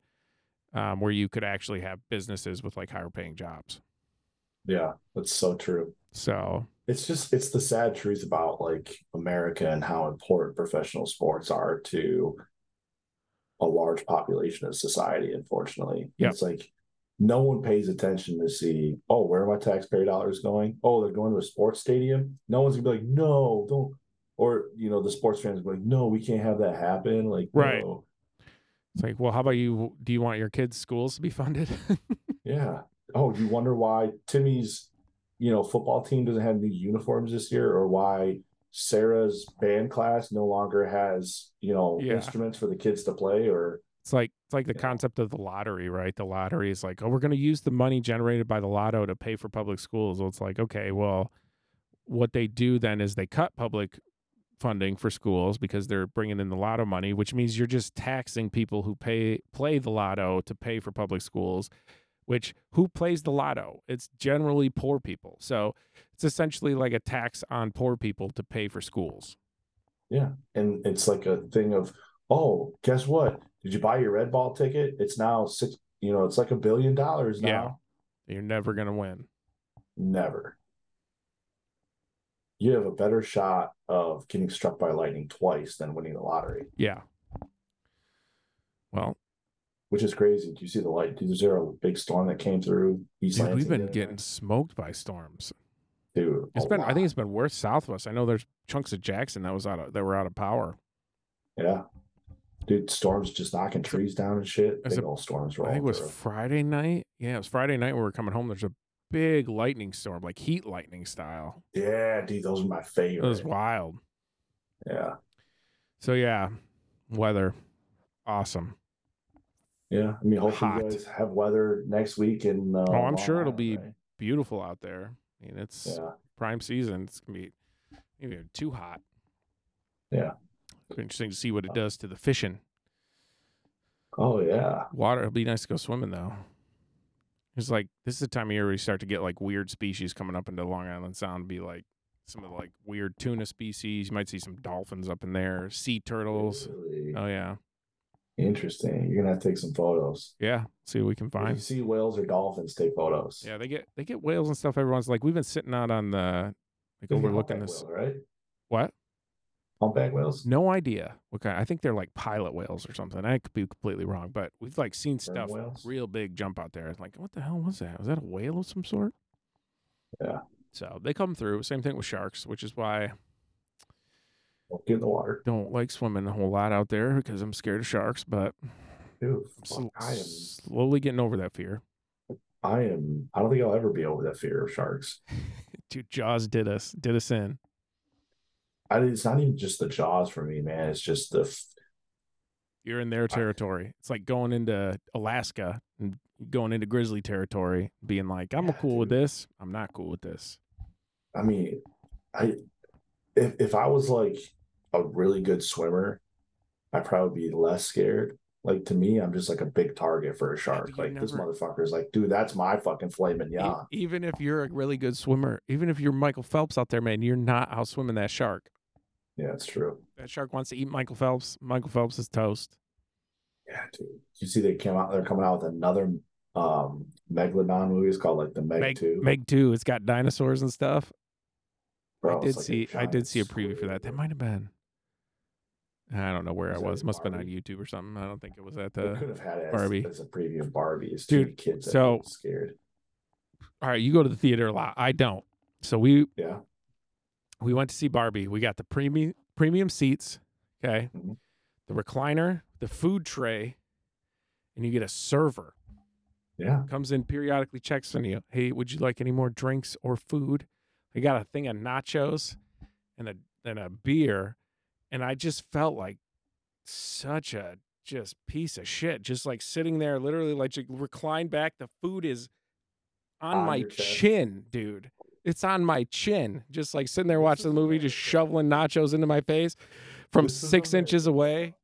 um, where you could actually have businesses with like higher paying jobs Yeah, that's so true. so It's just it's the sad truth about like America and how important professional sports are to a large population of society, unfortunately. Yeah. It's like no one pays attention to see, oh, where are my taxpayer dollars going? Oh, they're going to a sports stadium. No one's gonna be like, no, don't or you know, the sports fans be like, no, we can't have that happen. Like Right. no. it's like well how about you do you want your kids schools to be funded Yeah. Oh, you wonder why Timmy's, you know, football team doesn't have new uniforms this year, or why Sarah's band class no longer has, you know, Yeah. instruments for the kids to play, or It's like it's like the Yeah. concept of the lottery, right? The lottery is like, oh, we're going to use the money generated by the lotto to pay for public schools. Well, it's like, okay, well, what they do then is they cut public funding for schools because they're bringing in the lotto money, which means you're just taxing people who pay play the lotto to pay for public schools. Which who plays the lotto? It's generally poor people. So it's essentially like a tax on poor people to pay for schools. yeah. And it's like a thing of, oh, guess what? Did you buy your red ball ticket? It's now six, you know, it's like a billion dollars Yeah. now. You're never going to win. Never. You have a better shot of getting struck by lightning twice than winning the lottery, Yeah. Well, which is crazy. Do you see the light? Is there a big storm that came through East Dude, we've Lansing the been other getting night? smoked by storms. Dude, It's a been, I think lot. it's been worse Southwest. I know there's chunks of Jackson that was out of, that were out of power. yeah, dude, storms just knocking trees down and shit. it's Big a- old storms I think rolling it was through. Friday night. Yeah, it was Friday night when we were coming home. There's a big lightning storm, like heat lightning style. Yeah, dude, those are my It favorite. was wild. yeah, So yeah, weather, awesome. yeah. I mean, hopefully Hot. Oh, you guys have weather next week and uh, I'm Long sure it'll Island, be- right? Beautiful out there. I mean, it's Yeah, prime season. It's gonna be maybe too hot. Yeah. Uh, It'll be interesting to see what it does to the fishing. oh yeah, Water. It'll be nice to go swimming though. It's like this is the time of year where you start to get like weird species coming up into Long Island Sound. Be like some of the like weird tuna species. You might see some dolphins up in there, sea turtles. Really Oh yeah, interesting. You're gonna have to take some photos. yeah. See what we can If you find. see whales or dolphins, take photos. Yeah, they get they get whales and stuff. Everyone's like, we've been sitting out on the like They get overlooking humpback this. whale, right? What? Humpback whales. No idea what kind. I think they're like pilot whales or something. I could be completely wrong, but we've like seen Sperm stuff whales? real big jump out there. It's like, what the hell was that? Was that a whale of some sort? Yeah. So they come through. Same thing with sharks, which is why I Don't Get in the water, don't like swimming a whole lot out there because I'm scared of sharks. But dude. I'm fuck, sl- I am. slowly getting over that fear. I am. I don't think I'll ever be over that fear of sharks. Dude, Jaws did us did us in. I, it's not even just the jaws for me, man. It's just the f- You're in their territory. It's like going into Alaska and going into grizzly territory, being like, I'm Yeah, cool with dude. this. I'm not cool with this. I mean, I if if I was like a really good swimmer, I'd probably be less scared. Like to me, I'm just like a big target for a shark. but you Like this never- motherfucker is like, dude, that's my fucking flaming E- yawn. even if you're a really good swimmer, even if you're Michael Phelps out there, man, you're not out swimming that shark. Yeah, it's true. That shark wants to eat Michael Phelps. Michael Phelps is toast. Yeah, dude. You see, they came out. They're coming out with another um megalodon movie. It's called like the Meg, Meg, Two. Meg too. It's got dinosaurs and stuff. Bro, I did it's like a see. I did giant see a preview for that. That squid. might have been. I don't know where Was I that was. in Must have been on Barbie? YouTube or something. I don't think it was at They the. could have had it as, Barbie. as a preview of Barbie. It's Dude, two kids that so- get scared. All right, you go to the theater a lot. I don't. So we Yeah. we went to see Barbie. We got the premium premium seats, okay, Mhm. the recliner, the food tray, and you get a server Yeah. comes in periodically checks on you. Hey, would you like any more drinks or food? I got a thing of nachos and a and a beer, and I just felt like such a just piece of shit. Just like sitting there, literally like just reclined back. The food is on, On my your chest. chin, dude. It's on my chin. Just like sitting there watching the movie, just shoveling nachos into my face from This is six America. inches away.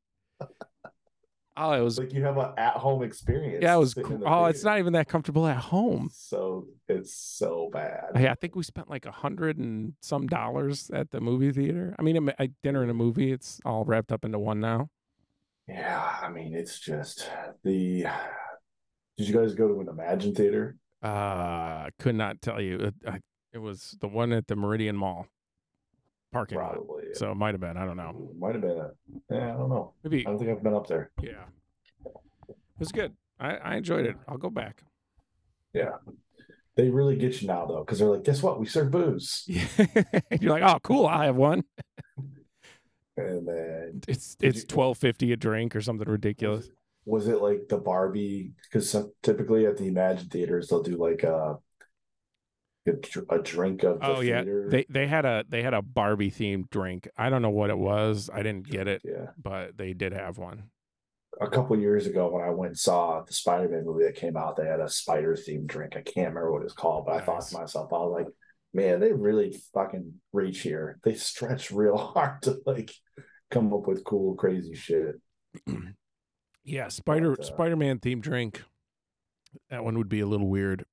Oh, it was It's like you have an at-home experience. yeah, it was. sitting in the Oh, it's theater. not even that comfortable at home. So it's so bad. I, I think we spent like a hundred and some dollars at the movie theater. I mean, it, a dinner and a movie. It's all wrapped up into one now. Yeah, I mean, it's just the. Did you guys go to an Imagine Theater? Uh, could not tell you. It, I, it was the one at the Meridian Mall parking lot. Probably. So it might have been. I don't know. Might have been a. Yeah, I don't know. Maybe. I don't think I've been up there. Yeah. It was good. I, I enjoyed it. I'll go back. They really get you now though, because they're like, guess what? We serve booze, You're like, oh, cool. I'll have one. and then It's Did it's you- twelve fifty a drink or something ridiculous. was it like the Barbie? Because typically at the Imagine theaters, they'll do like a a, dr- a drink of the Oh, yeah. theater. They they had a they had a Barbie themed drink. I don't know what it was. I didn't get it, yeah. but they did have one. A couple years ago, when I went and saw the Spider Man movie that came out, they had a spider themed drink. I can't remember what it's called, but I thought to Nice. myself, I was like, man, they really fucking reach here. They stretch real hard to like come up with cool, crazy shit. Yeah, Spider But, uh, Spider Man themed drink. That one would be a little weird.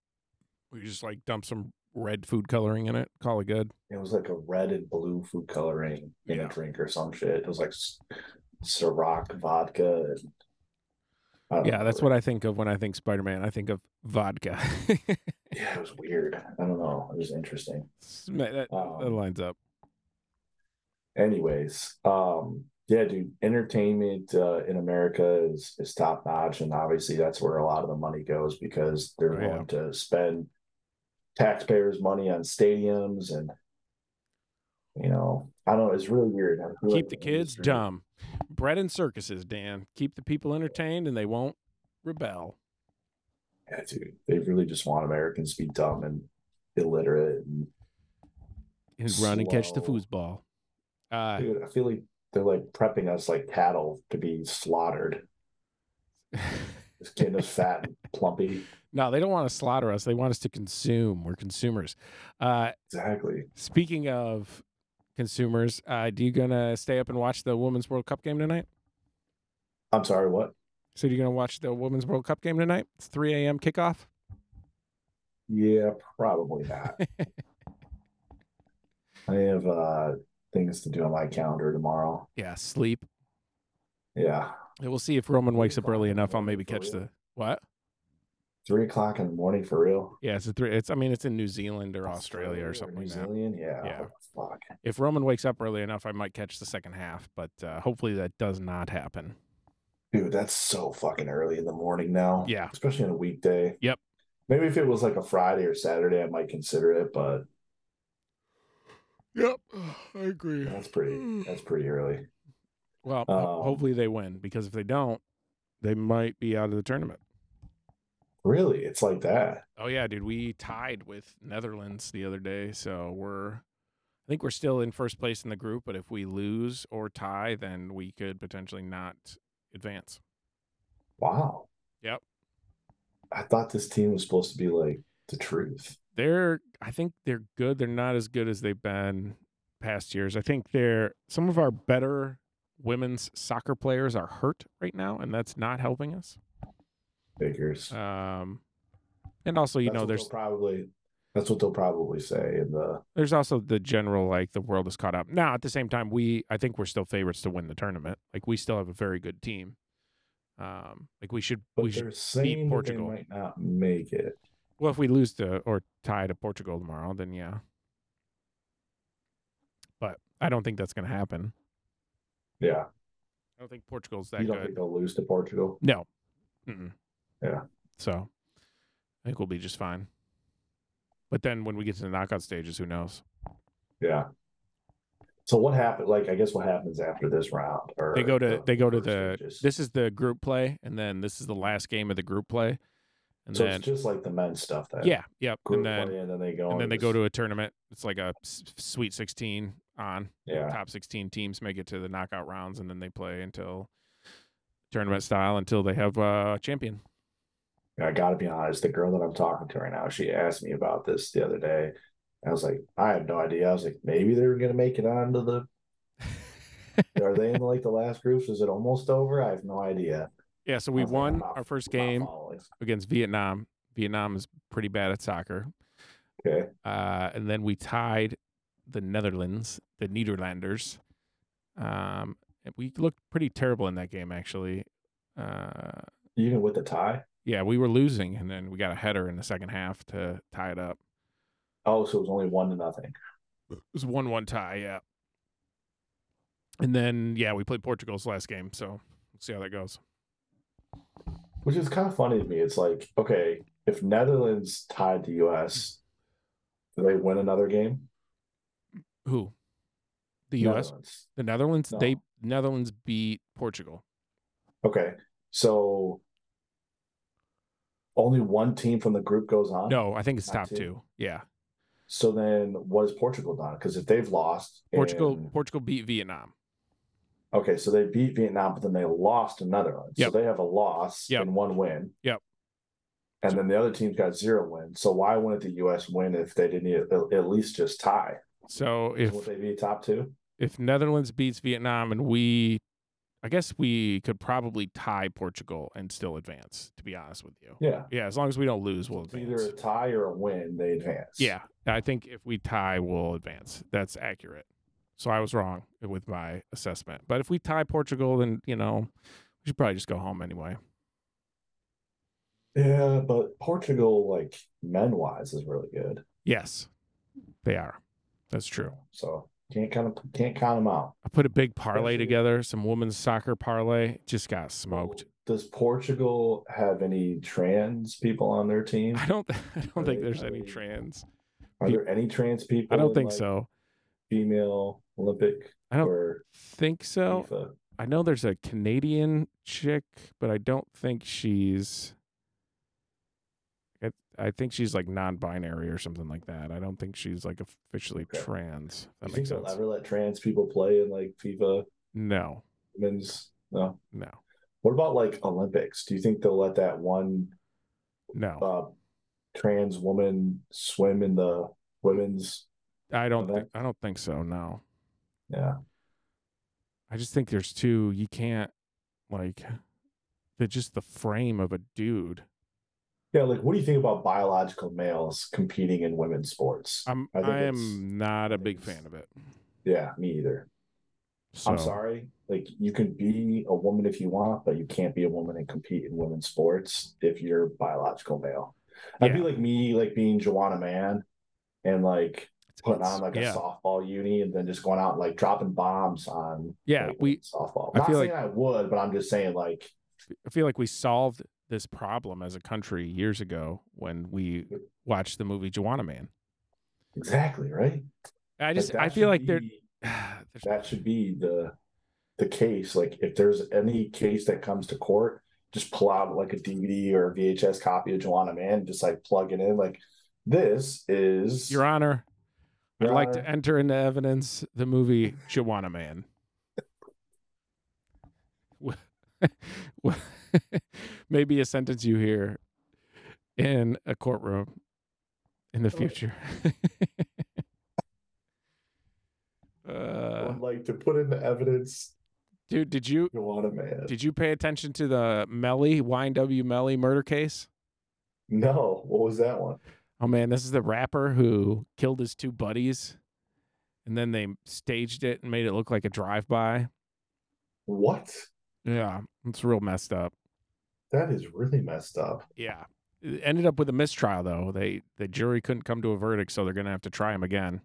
We just like dump some red food coloring in it. Call it good. It was like a red and blue food coloring in Yeah. a drink or some shit. It was like s- Ciroc vodka. And, I don't Yeah, that's know. what I think of when I think Spider Man. I think of vodka. Yeah, it was weird. I don't know. It was interesting. Sma- that, that Um, lines up. anyways um yeah dude entertainment uh, in america is is top notch and obviously that's where a lot of the money goes because they're Oh, yeah. willing to spend taxpayers money on stadiums and you know i don't know it's really weird I feel like Keep the kids industry- dumb. Bread and circuses, Dan. Keep the people entertained and they won't rebel. yeah, dude they really just want americans to be dumb and illiterate and And run and catch the Slow. foosball. Uh, dude i feel like they're like prepping us like cattle to be slaughtered just getting us fat and plumpy no, they don't want to slaughter us. They want us to consume. We're consumers. Uh, exactly Speaking of consumers, uh, do you gonna stay up and watch the Women's World Cup game tonight? i'm sorry what So you're gonna watch the Women's World Cup game tonight? It's 3 a.m. kickoff. Yeah, probably not. I have uh things to do on my calendar tomorrow. Yeah, sleep. Yeah. And We'll see if Roman wakes up early o'clock in the enough. I'll morning maybe for catch you. the what? Three o'clock in the morning for real. Yeah, it's a three. It's I mean it's in New Zealand or Australia or something New like that. Zealand? Yeah. Yeah. Fuck. If Roman wakes up early enough, I might catch the second half. But uh, hopefully that does not happen. Dude, that's so fucking early in the morning now. Yeah. Especially on a weekday. Yep. Maybe if it was like a Friday or Saturday, I might consider it, but Yep, I agree. that's pretty that's pretty early. Well, ho- Um, hopefully they win because if they don't, they might be out of the tournament. Really? It's like that. Oh yeah, dude, we tied with Netherlands the other day, so we're I think we're still in first place in the group, but if we lose or tie, then we could potentially not advance. Wow. Yep. I thought this team was supposed to be like the truth. They're I think they're good. They're not as good as they've been past years. I think they're some of our better women's soccer players are hurt right now, and that's not helping us. Figures. Um and also, you That's know, what there's they'll probably that's what they'll probably say in the there's also the general like the world is caught up now at the same time we i think we're still favorites to win the tournament like we still have a very good team um like we should but we they're should saying that they Portugal. might not make it. well if we lose to or tie to portugal tomorrow then yeah but i don't think that's going to happen Yeah. i don't think portugal's that you don't good think they'll lose to Portugal? no Mm-mm. Yeah. so i think we'll be just fine but then when we get to the knockout stages who knows Yeah. So what happened like I guess what happens after this round or they go to the they go to first the stages? this is the group play and then this is the last game of the group play and so then it's just like the men's stuff then. yeah yep Group and then play, and then they go and on then they go this- to a tournament it's like a s- sweet 16 on yeah. top 16 teams make it to the knockout rounds and then they play until tournament style until they have uh, a champion I gotta be honest, the girl that I'm talking to right now, she asked me about this the other day. I was like, I have no idea. I was like, maybe they're gonna make it onto the are they in like the last groups? Is it almost over? I have no idea. Yeah, so we I was like, I'm won not- our first I'm not game following. against Vietnam. Vietnam is pretty bad at soccer. Okay. Uh, and then we tied the Netherlands, the Nederlanders. Um, and we looked pretty terrible in that game, actually. Uh, Even with the tie. yeah, we were losing, and then we got a header in the second half to tie it up. Oh, so it was only one to nothing. It was one one tie, yeah. And then yeah, we played Portugal's last game, so let's see how that goes. Which is kind of funny to me. It's like, okay, if Netherlands tied the US, do they win another game? Who? The U.S. Netherlands. The Netherlands. No. They Netherlands beat Portugal. Okay. So only one team from the group goes on. No, I think it's Not top two. two. Yeah, So then what is Portugal done? Because if they've lost Portugal. and- Portugal beat Vietnam. okay, so they beat Vietnam, but then they lost to Netherlands. Yep. So they have a loss Yep. and one win. Yep. And then the other team's got zero wins. So why wouldn't the US win if they didn't e- at least just tie? So So if Would they be top two? if Netherlands beats Vietnam and we, I guess we could probably tie Portugal and still advance. To be honest with you. Yeah. Yeah, as long as we don't lose, we'll It's either a advance. tie or a win, they advance. Yeah, I think if we tie, we'll advance. That's accurate. So I was wrong with my assessment. But if we tie Portugal, then you know we should probably just go home anyway. Yeah, but Portugal, like men wise, is really good. Yes, they are. That's true. So can't kind of can't count them out. I put a big parlay Especially- together, some women's soccer parlay. Just got smoked. Does Portugal have any trans people on their team? I don't. I don't think Right, there's I any mean- trans. Are there any trans people? I don't in, think like, so. Female Olympic I don't or Think so. FIFA? I know there's a Canadian chick, but I don't think she's. I, I think she's like non-binary or something like that. I don't think she's like officially Okay. trans. if Do That you think makes they'll sense. ever let trans people play in like FIFA No, women's? No. no, What about like Olympics? Do you think they'll let that one no. uh, trans woman swim in the women's? I don't. that- Think, I don't think so. No. Yeah. I just think there's two. You can't like the just the frame of a dude. Yeah, like what do you think about biological males competing in women's sports? I'm I think I it's- am not a I big think it's- fan of it. yeah, me either. So, I'm sorry. Like you can be a woman if you want, but you can't be a woman and compete in women's sports if you're biological male. That'd Yeah. be like me like being Joanna Man and like putting it's- on like yeah. a softball uni and then just going out and like dropping bombs on Yeah, like, we- softball. I Not feel saying I would, but I'm just saying like I feel like we solved this problem as a country years ago when we watched the movie Joanna Man. exactly, right? I Like, just that I feel should like there, be- there's that should be the the case. Like if there's any case that comes to court, just pull out like a DVD or a VHS copy of Joanna Man, just like plug it in. Like this is Your Honor. I'd Your like to Honor. enter into evidence the movie Joanna Man. Wh- wh- Maybe a sentence you hear in a courtroom in the Okay. future. uh, I'd like to put in the evidence dude, did you Joanna Man. did you pay attention to the Melly YNW Melly murder case? No, what was that one? Oh man, this is the rapper who killed his two buddies, and then they staged it and made it look like a drive-by. What? Yeah, it's real messed up. That is really messed up. Yeah. It ended up with a mistrial though. They the jury couldn't come to a verdict, so they're gonna have to try him again.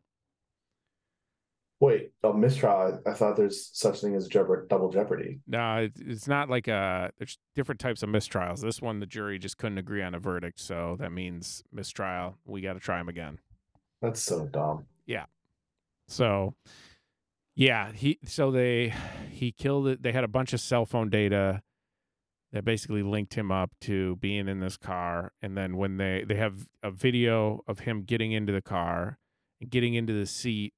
Wait, a mistrial. I, I thought there's such thing as jeopard- double jeopardy. No, it, it's not like a. There's different types of mistrials. This one, the jury just couldn't agree on a verdict, so that means mistrial. We got to try him again. That's so dumb. So, yeah, he. So they, he killed it. They had a bunch of cell phone data that basically linked him up to being in this car, and then when they they have a video of him getting into the car and getting into the seat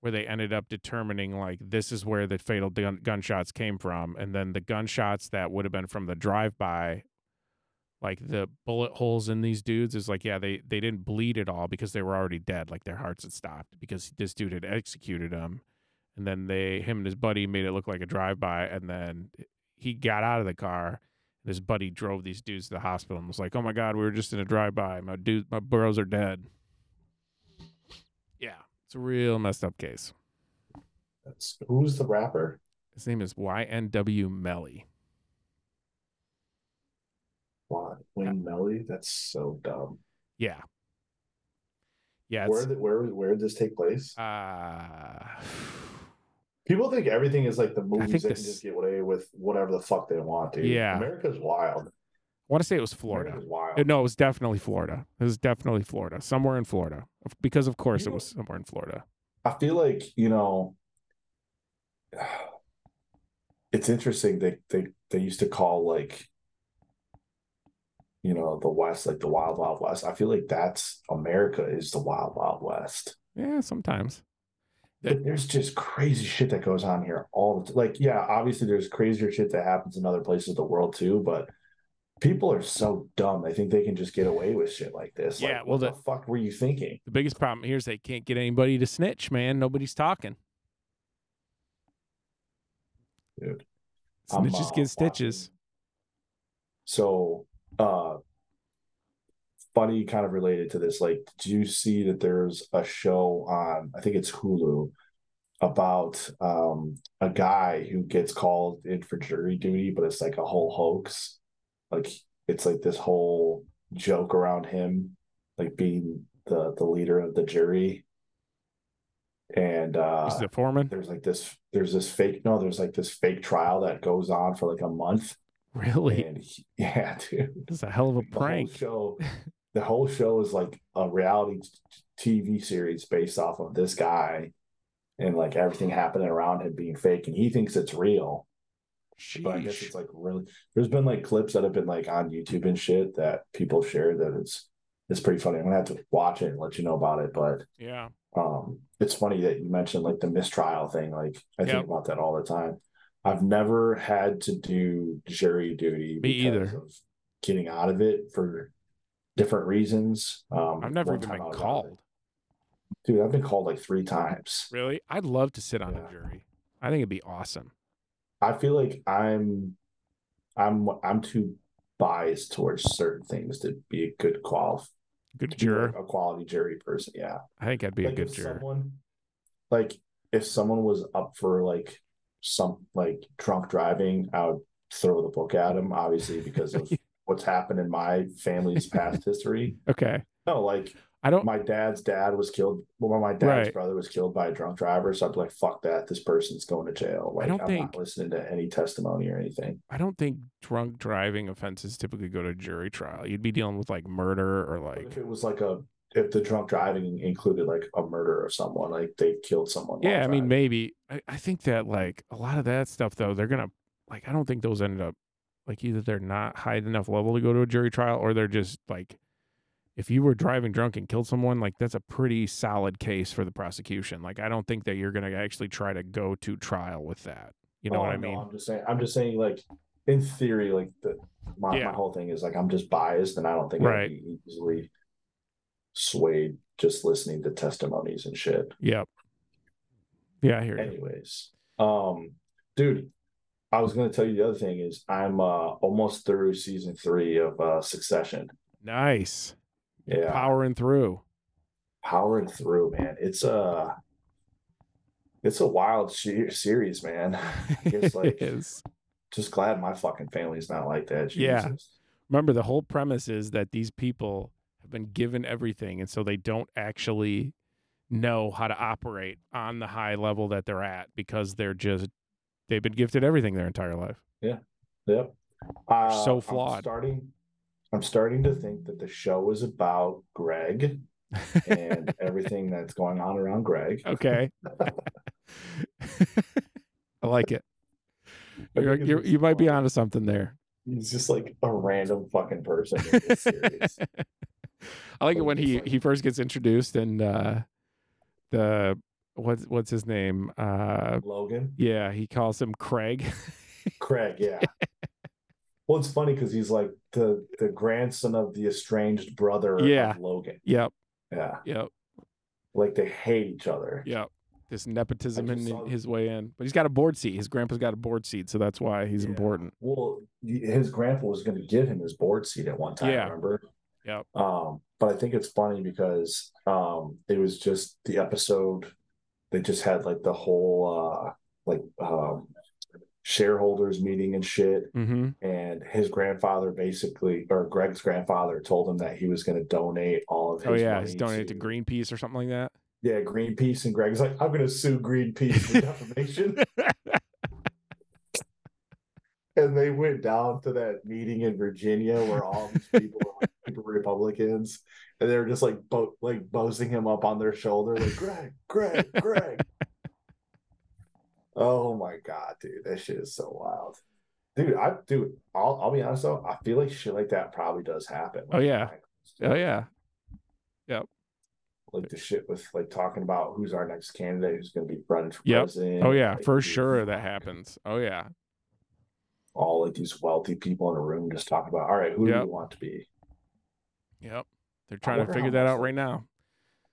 where they ended up determining like this is where the fatal gun- gunshots came from and then the gunshots that would have been from the drive by like the bullet holes in these dudes is like yeah they they didn't bleed at all because they were already dead like their hearts had stopped because this dude had executed them and then they him and his buddy made it look like a drive by and then he got out of the car And his buddy drove these dudes to the hospital and was like, "Oh my god, we were just in a drive-by. My dude, my burros are dead." Yeah, it's a real messed up case. That's, who's the rapper? His name is YNW Melly. Why? Wayne Melly? That's so dumb. Yeah. Yeah. Where It's, did where where did this take place? uh, People think everything is like the movies. They this- can just get away with whatever the fuck they want to. Yeah. America's wild. I want to say it was Florida. America's wild. Uh, No, it was definitely Florida. It was definitely Florida, somewhere in Florida, Of- because of course You it know- was somewhere in Florida. I feel like you know, it's interesting. They they they used to call like, you know, the West like the Wild Wild West. I feel like that's America is the Wild Wild West. Yeah, sometimes. But there's just crazy shit that goes on here all the time. Like, yeah, obviously there's crazier shit that happens in other places of the world too, but people are so dumb. They think they can just get away with shit like this. Like, Yeah, well, what the, fuck were you thinking? The biggest problem here is they can't get anybody to snitch. Man, nobody's talking. Dude, I'm, Snitches uh, get stitches. watching- So, uh, funny kind of related to this. Like, did you see that there's a show on, I think it's Hulu, about um, a guy who gets called in for jury duty, but it's like a whole hoax. Like, it's like this whole joke around him, like being the the leader of the jury. And uh, He's the foreman. there's like this, there's this fake, no, there's like this fake trial that goes on for like a month. Really, And he- yeah, dude. it's a hell of a prank. The whole show, the whole show is like a reality t- TV series based off of this guy and like everything happening around him being fake. And he thinks it's real, but I guess Sheesh. it's like really, there's been like clips that have been like on YouTube and shit that people share that it's, it's pretty funny. I'm gonna have to watch it and let you know about it. But Yeah, um, it's funny that you mentioned like the mistrial thing. Like I Yep. think about that all the time. I've never had to do jury duty. Me either. Of getting out of it for different reasons. Um, I've never one even time I been was out of called. it. Dude, I've been called like three times. Really, I'd love to sit on Yeah. a jury. I think it'd be awesome. I feel like I'm, I'm, I'm too biased towards certain things to be a good qual, Good to be, like, juror. a quality jury person. Yeah. I think I'd be a like, good if juror. Someone, like if someone was up for like some like drunk driving, I would throw the book at him, obviously because of what's happened in my family's past history. Okay, No, like I don't. my dad's dad was killed. Well, my dad's Right. brother was killed by a drunk driver, so I'd be like, "Fuck that! This person's going to jail." Like don't I'm think- not listening to any testimony or anything. I don't think drunk driving offenses typically go to jury trial. You'd be dealing with like murder or But like if it was like a if the drunk driving included like a murder of someone, like they killed someone. while Yeah, I mean, driving. maybe. I, I think that like a lot of that stuff though, they're gonna like. I don't think those ended up like either they're not high enough level to go to a jury trial, or they're just like, if you were driving drunk and killed someone, like that's a pretty solid case for the prosecution. Like, I don't think that you're gonna actually try to go to trial with that. You know Oh, what I no, mean? I'm just saying. I'm just saying, like in theory, like the, my Yeah. my whole thing is like I'm just biased, and I don't think Right. I'd be easily swayed just listening to testimonies and shit. Yep. Yeah, I hear you. Anyways, um, dude, I was gonna tell you the other thing is I'm uh almost through season three of uh Succession. Nice. Yeah, Powering through. powering through, man. It's uh it's a wild se- series, man. It's like- It is. Just glad my fucking family's not like that. Yeah. Jesus. remember the whole premise is that these people have been given everything and so they don't actually know how to operate on the high level that they're at because they're just they've been gifted everything their entire life Yep. Uh, so flawed. I'm starting, I'm starting to think that the show is about Greg and everything that's going on around Greg. okay i like it I you're, think you're, it's you might be flawed. onto something there He's just like a random fucking person in this series. I like it But when it's he like- he first gets introduced and uh the what's what's his name uh Logan, yeah he calls him craig Craig, yeah. Well, it's funny because he's like the the grandson of the estranged brother Yeah. of Logan. yep Yeah, yep like they hate each other. Yep. Just nepotism I just saw- in his way in. But he's got a board seat. His grandpa's got a board seat, so that's why he's Yeah. important. Well, y- his grandpa was going to give him his board seat at one time. Yeah. Remember? Yep. Um, but I think it's funny because um, it was just the episode. They just had like the whole uh, like um, shareholders meeting and shit, Mm-hmm. and his grandfather basically, or Greg's grandfather, told him that he was going to donate all of his. Oh yeah, money he's donated to Greenpeace or something like that. Yeah, Greenpeace, and Greg's like, I'm going to sue Greenpeace for defamation. and they went down to that meeting in Virginia where all these people were like super Republicans, and they were just like bo- like boasting him up on their shoulder, like Greg, Greg, Greg. oh my god, dude, that shit is so wild, dude. I dude, I'll, I'll be honest though, I feel like shit like that probably does happen. Oh, yeah. Oh yeah. like the shit with like talking about who's our next candidate, who's going to be running for Yep. president. Oh yeah. For Like, sure that happens. Oh yeah. All like these wealthy people in a room just talking about, all right, who Yep. do you want to be? Yep. They're trying to wonder how figure that much out that- right now.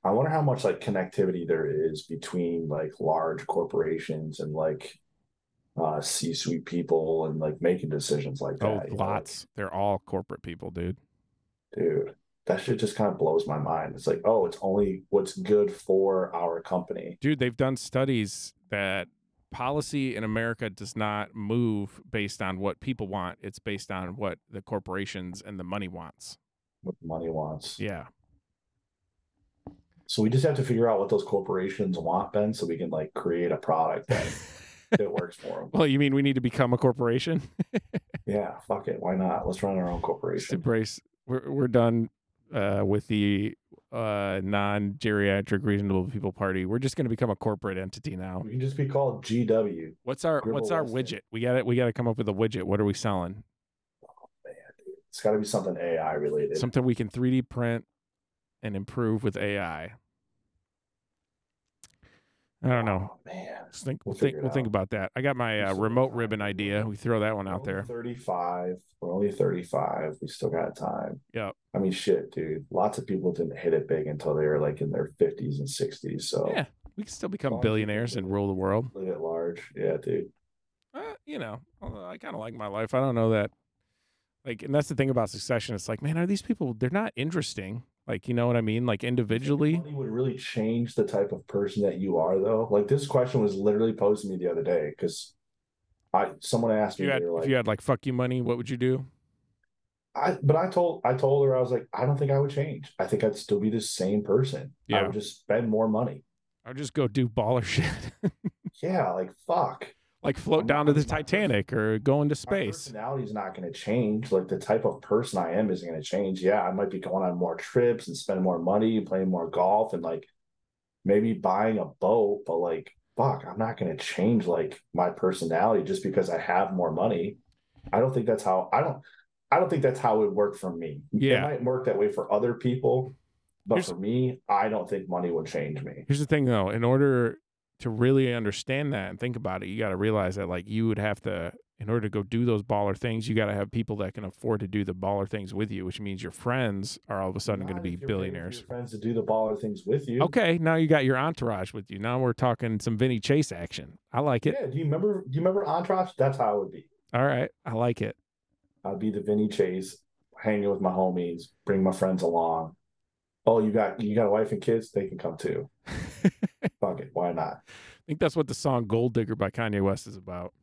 I wonder how much like connectivity there is between like large corporations and like uh C-suite people and like making decisions like Oh, that. you know, like, lots. They're all corporate people, dude. dude, that shit just kind of blows my mind. It's like, oh, it's only what's good for our company. Dude, they've done studies that policy in America does not move based on what people want. It's based on what the corporations and the money wants. What the money wants. Yeah. So we just have to figure out what those corporations want, Ben, so we can like create a product that, that works for them. well, you mean we need to become a corporation? Yeah, fuck it. Why not? Let's run our own Just corporation. embrace. We're we're done uh, with the uh, non geriatric reasonable people party. We're just going to become a corporate entity now. We can just be called GW. What's our Gribble what's our Weston. widget? We got it. We got to come up with a widget. What are we selling? It's got to be something AI related. Something we can 3D print and improve with AI. I don't know. Oh, man. Just think We'll we'll think figure it we'll think out. about that. I got my We uh, still got remote time. ribbon idea. We throw that one We're out only there. 35. We're only 35. We still got time. Yep. I mean, shit, dude. Lots of people didn't hit it big until they were like in their 50s and 60s. So Yeah, we can still long become as we can billionaires do and it. rule the world. live it large. Yeah, dude. uh, you know, although I kind of like my life. I don't know that. Like, and that's the thing about Succession. It's like, man, are these people? They're not interesting. Like, you know what I mean? Like individually. Money would really change the type of person that you are, though. Like, this question was literally posed to me the other day because I someone asked If me, you had, they were if like, you had like fuck you money, what would you do? I but I told I told her I was like I don't think I would change. I think I'd still be the same person. I Yeah. would just spend more money. I would just go do baller shit, Yeah, like fuck. like float I'm down to not- the my person- Titanic or go into My space. personality's not going to change. Like the type of person I am isn't going to change. Yeah, I might be going on more trips and spending more money and playing more golf and like maybe buying a boat, but like fuck, I'm not going to change like my personality just because I have more money. I don't think that's how I don't I don't think that's how it worked for me. Yeah. It might work that way for other people, but Here's- for me, I don't think money would change me. Here's the thing, though. In order to really understand that and think about it, you got to realize that like you would have to, in order to go do those baller things, you got to have people that can afford to do the baller things with you, which means your friends are all of a sudden going to Not be if you're paying for billionaires. Your friends to do the baller things with you. Okay, now you got your entourage with you. Now we're talking some Vinny Chase action. I like it. Yeah, do you remember? Do you remember Entourage? That's how I would be. All right, I like it. I'd be the Vinny Chase, hanging with my homies, bring my friends along. Oh, you got you got a wife and kids? They can come too. I Fuck it, why not? think that's what the song "Gold Digger" by Kanye West is about.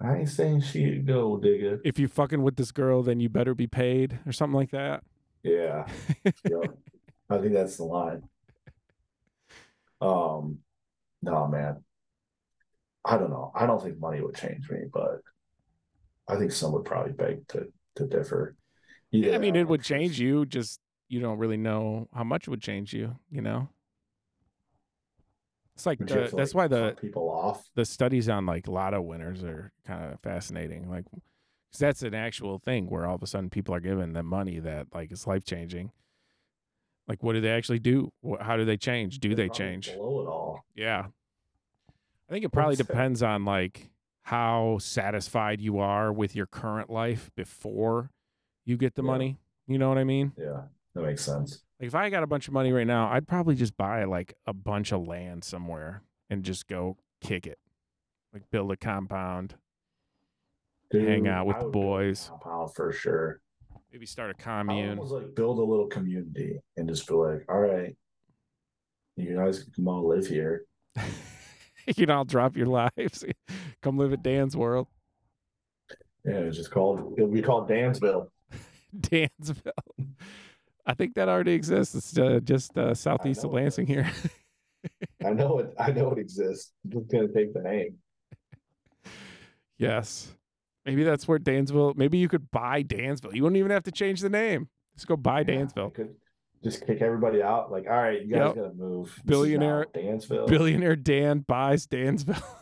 I ain't saying shit, go digger. If you fucking with this girl, then you better be paid or something like that. Yeah, yep. I think that's the line. Um, no, man. I don't know. I don't think money would change me, but I think some would probably beg to to differ. Yeah, I mean, Either it would I'm- change you. Just you don't really know how much would change you. You know, it's like Would you the- have to, uh, that's like, why the cut people off. the studies on like lotto winners are kind of fascinating. Like, 'cause that's an actual thing where all of a sudden people are given the money that like is life changing. Like, what do they actually do? Wh- How do they change? Do They'd they probably change? Blow it all. Yeah. I think it probably What's that? depends on like how satisfied you are with your current life before you get the Yeah. money. You know what I mean? Yeah, that makes sense. Like if I got a bunch of money right now, I'd probably just buy like a bunch of land somewhere and just go kick it. Like build a compound, Hang out with I the would build a boys. Compound for sure. maybe start a I would commune. almost like build a little community and just be like, all right, you guys can come all live here. you can all drop your lives. Come live at Dan's world. Yeah, it's just called it'll be called Dansville. Dansville. I think that already exists. It's uh, just uh, southeast of know it Lansing does. here. I know it I know it exists. I'm just gonna take the name. yes. Maybe that's where Dansville, maybe you could buy Dansville. You wouldn't even have to change the name. Just go buy Yeah, I Dansville. could just kick everybody out. Like, all right, you guys Yep. gotta move. This is Billionaire- now Dansville. Billionaire Dan buys Dansville.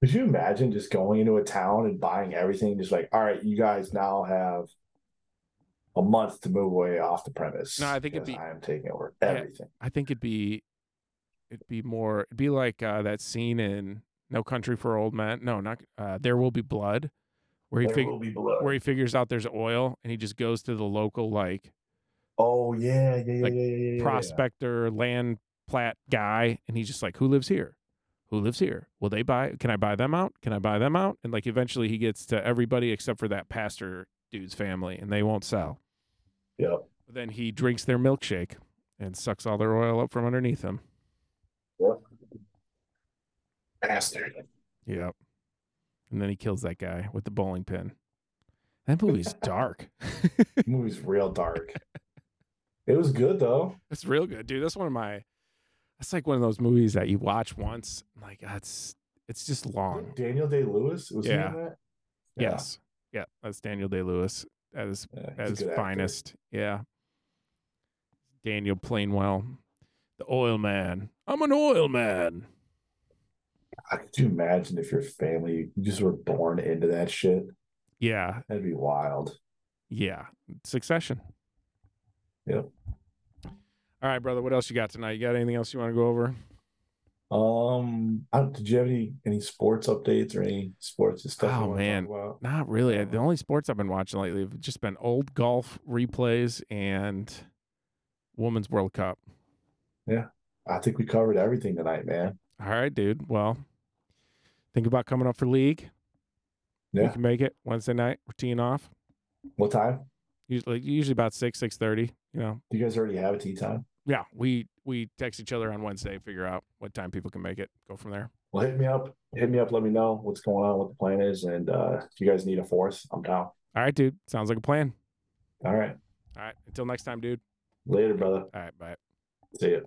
Could you imagine just going into a town and buying everything? Just like, all right, you guys now have a month to move away off the premise. No, I think it'd be- because I am taking over Yeah. everything. I think it'd be it'd be more it'd be like uh, that scene in No Country for Old Men. No, not uh, There Will Be Blood, where he There fig- will be blood. where he figures out there's oil and he just goes to the local like oh yeah, yeah, yeah, like, yeah, yeah, yeah, yeah. prospector land plat guy and he's just like who lives here who lives here will they buy can i buy them out can i buy them out and like eventually he gets to everybody except for that pastor dude's family and they won't sell Yep. but then he drinks their milkshake and sucks all their oil up from underneath him Bastard. yep and then he kills that guy with the bowling pin that movie's dark The movie's real dark. it was good though. It's real good, dude. That's one of my. That's like one of those movies that you watch once, and, like that's it's just long. Daniel Day Lewis was Yeah. he in that? Yes, yeah, that's Daniel Day Lewis at his Yeah, he's a at his good actor. finest. Yeah, Daniel Plainwell, the oil man. I'm an oil man. God, Could you imagine if your family you just were born into that shit? Yeah, That'd be wild. yeah. Succession. Yep. All right, brother. What else you got tonight? You got anything else you want to go over? Um, I don't, did you have any any sports updates or any sports and stuff? you Oh, wanna talk man. about? Not really. The only sports I've been watching lately have just been old golf replays and Women's World Cup. I think we covered everything tonight, man. All right, dude. Well, think about coming up for league. You Yeah. can make it Wednesday night. We're teeing off. What time? Usually, usually about six, six thirty. You know. Do you guys already have a tea time? Yeah, we we text each other on Wednesday, figure out what time people can make it. Go from there. Well, hit me up. Hit me up. Let me know what's going on, what the plan is, and uh, if you guys need a fourth, I'm down. All right, dude. Sounds like a plan. All right. All right. Until next time, dude. Later, brother. All right. Bye. See ya.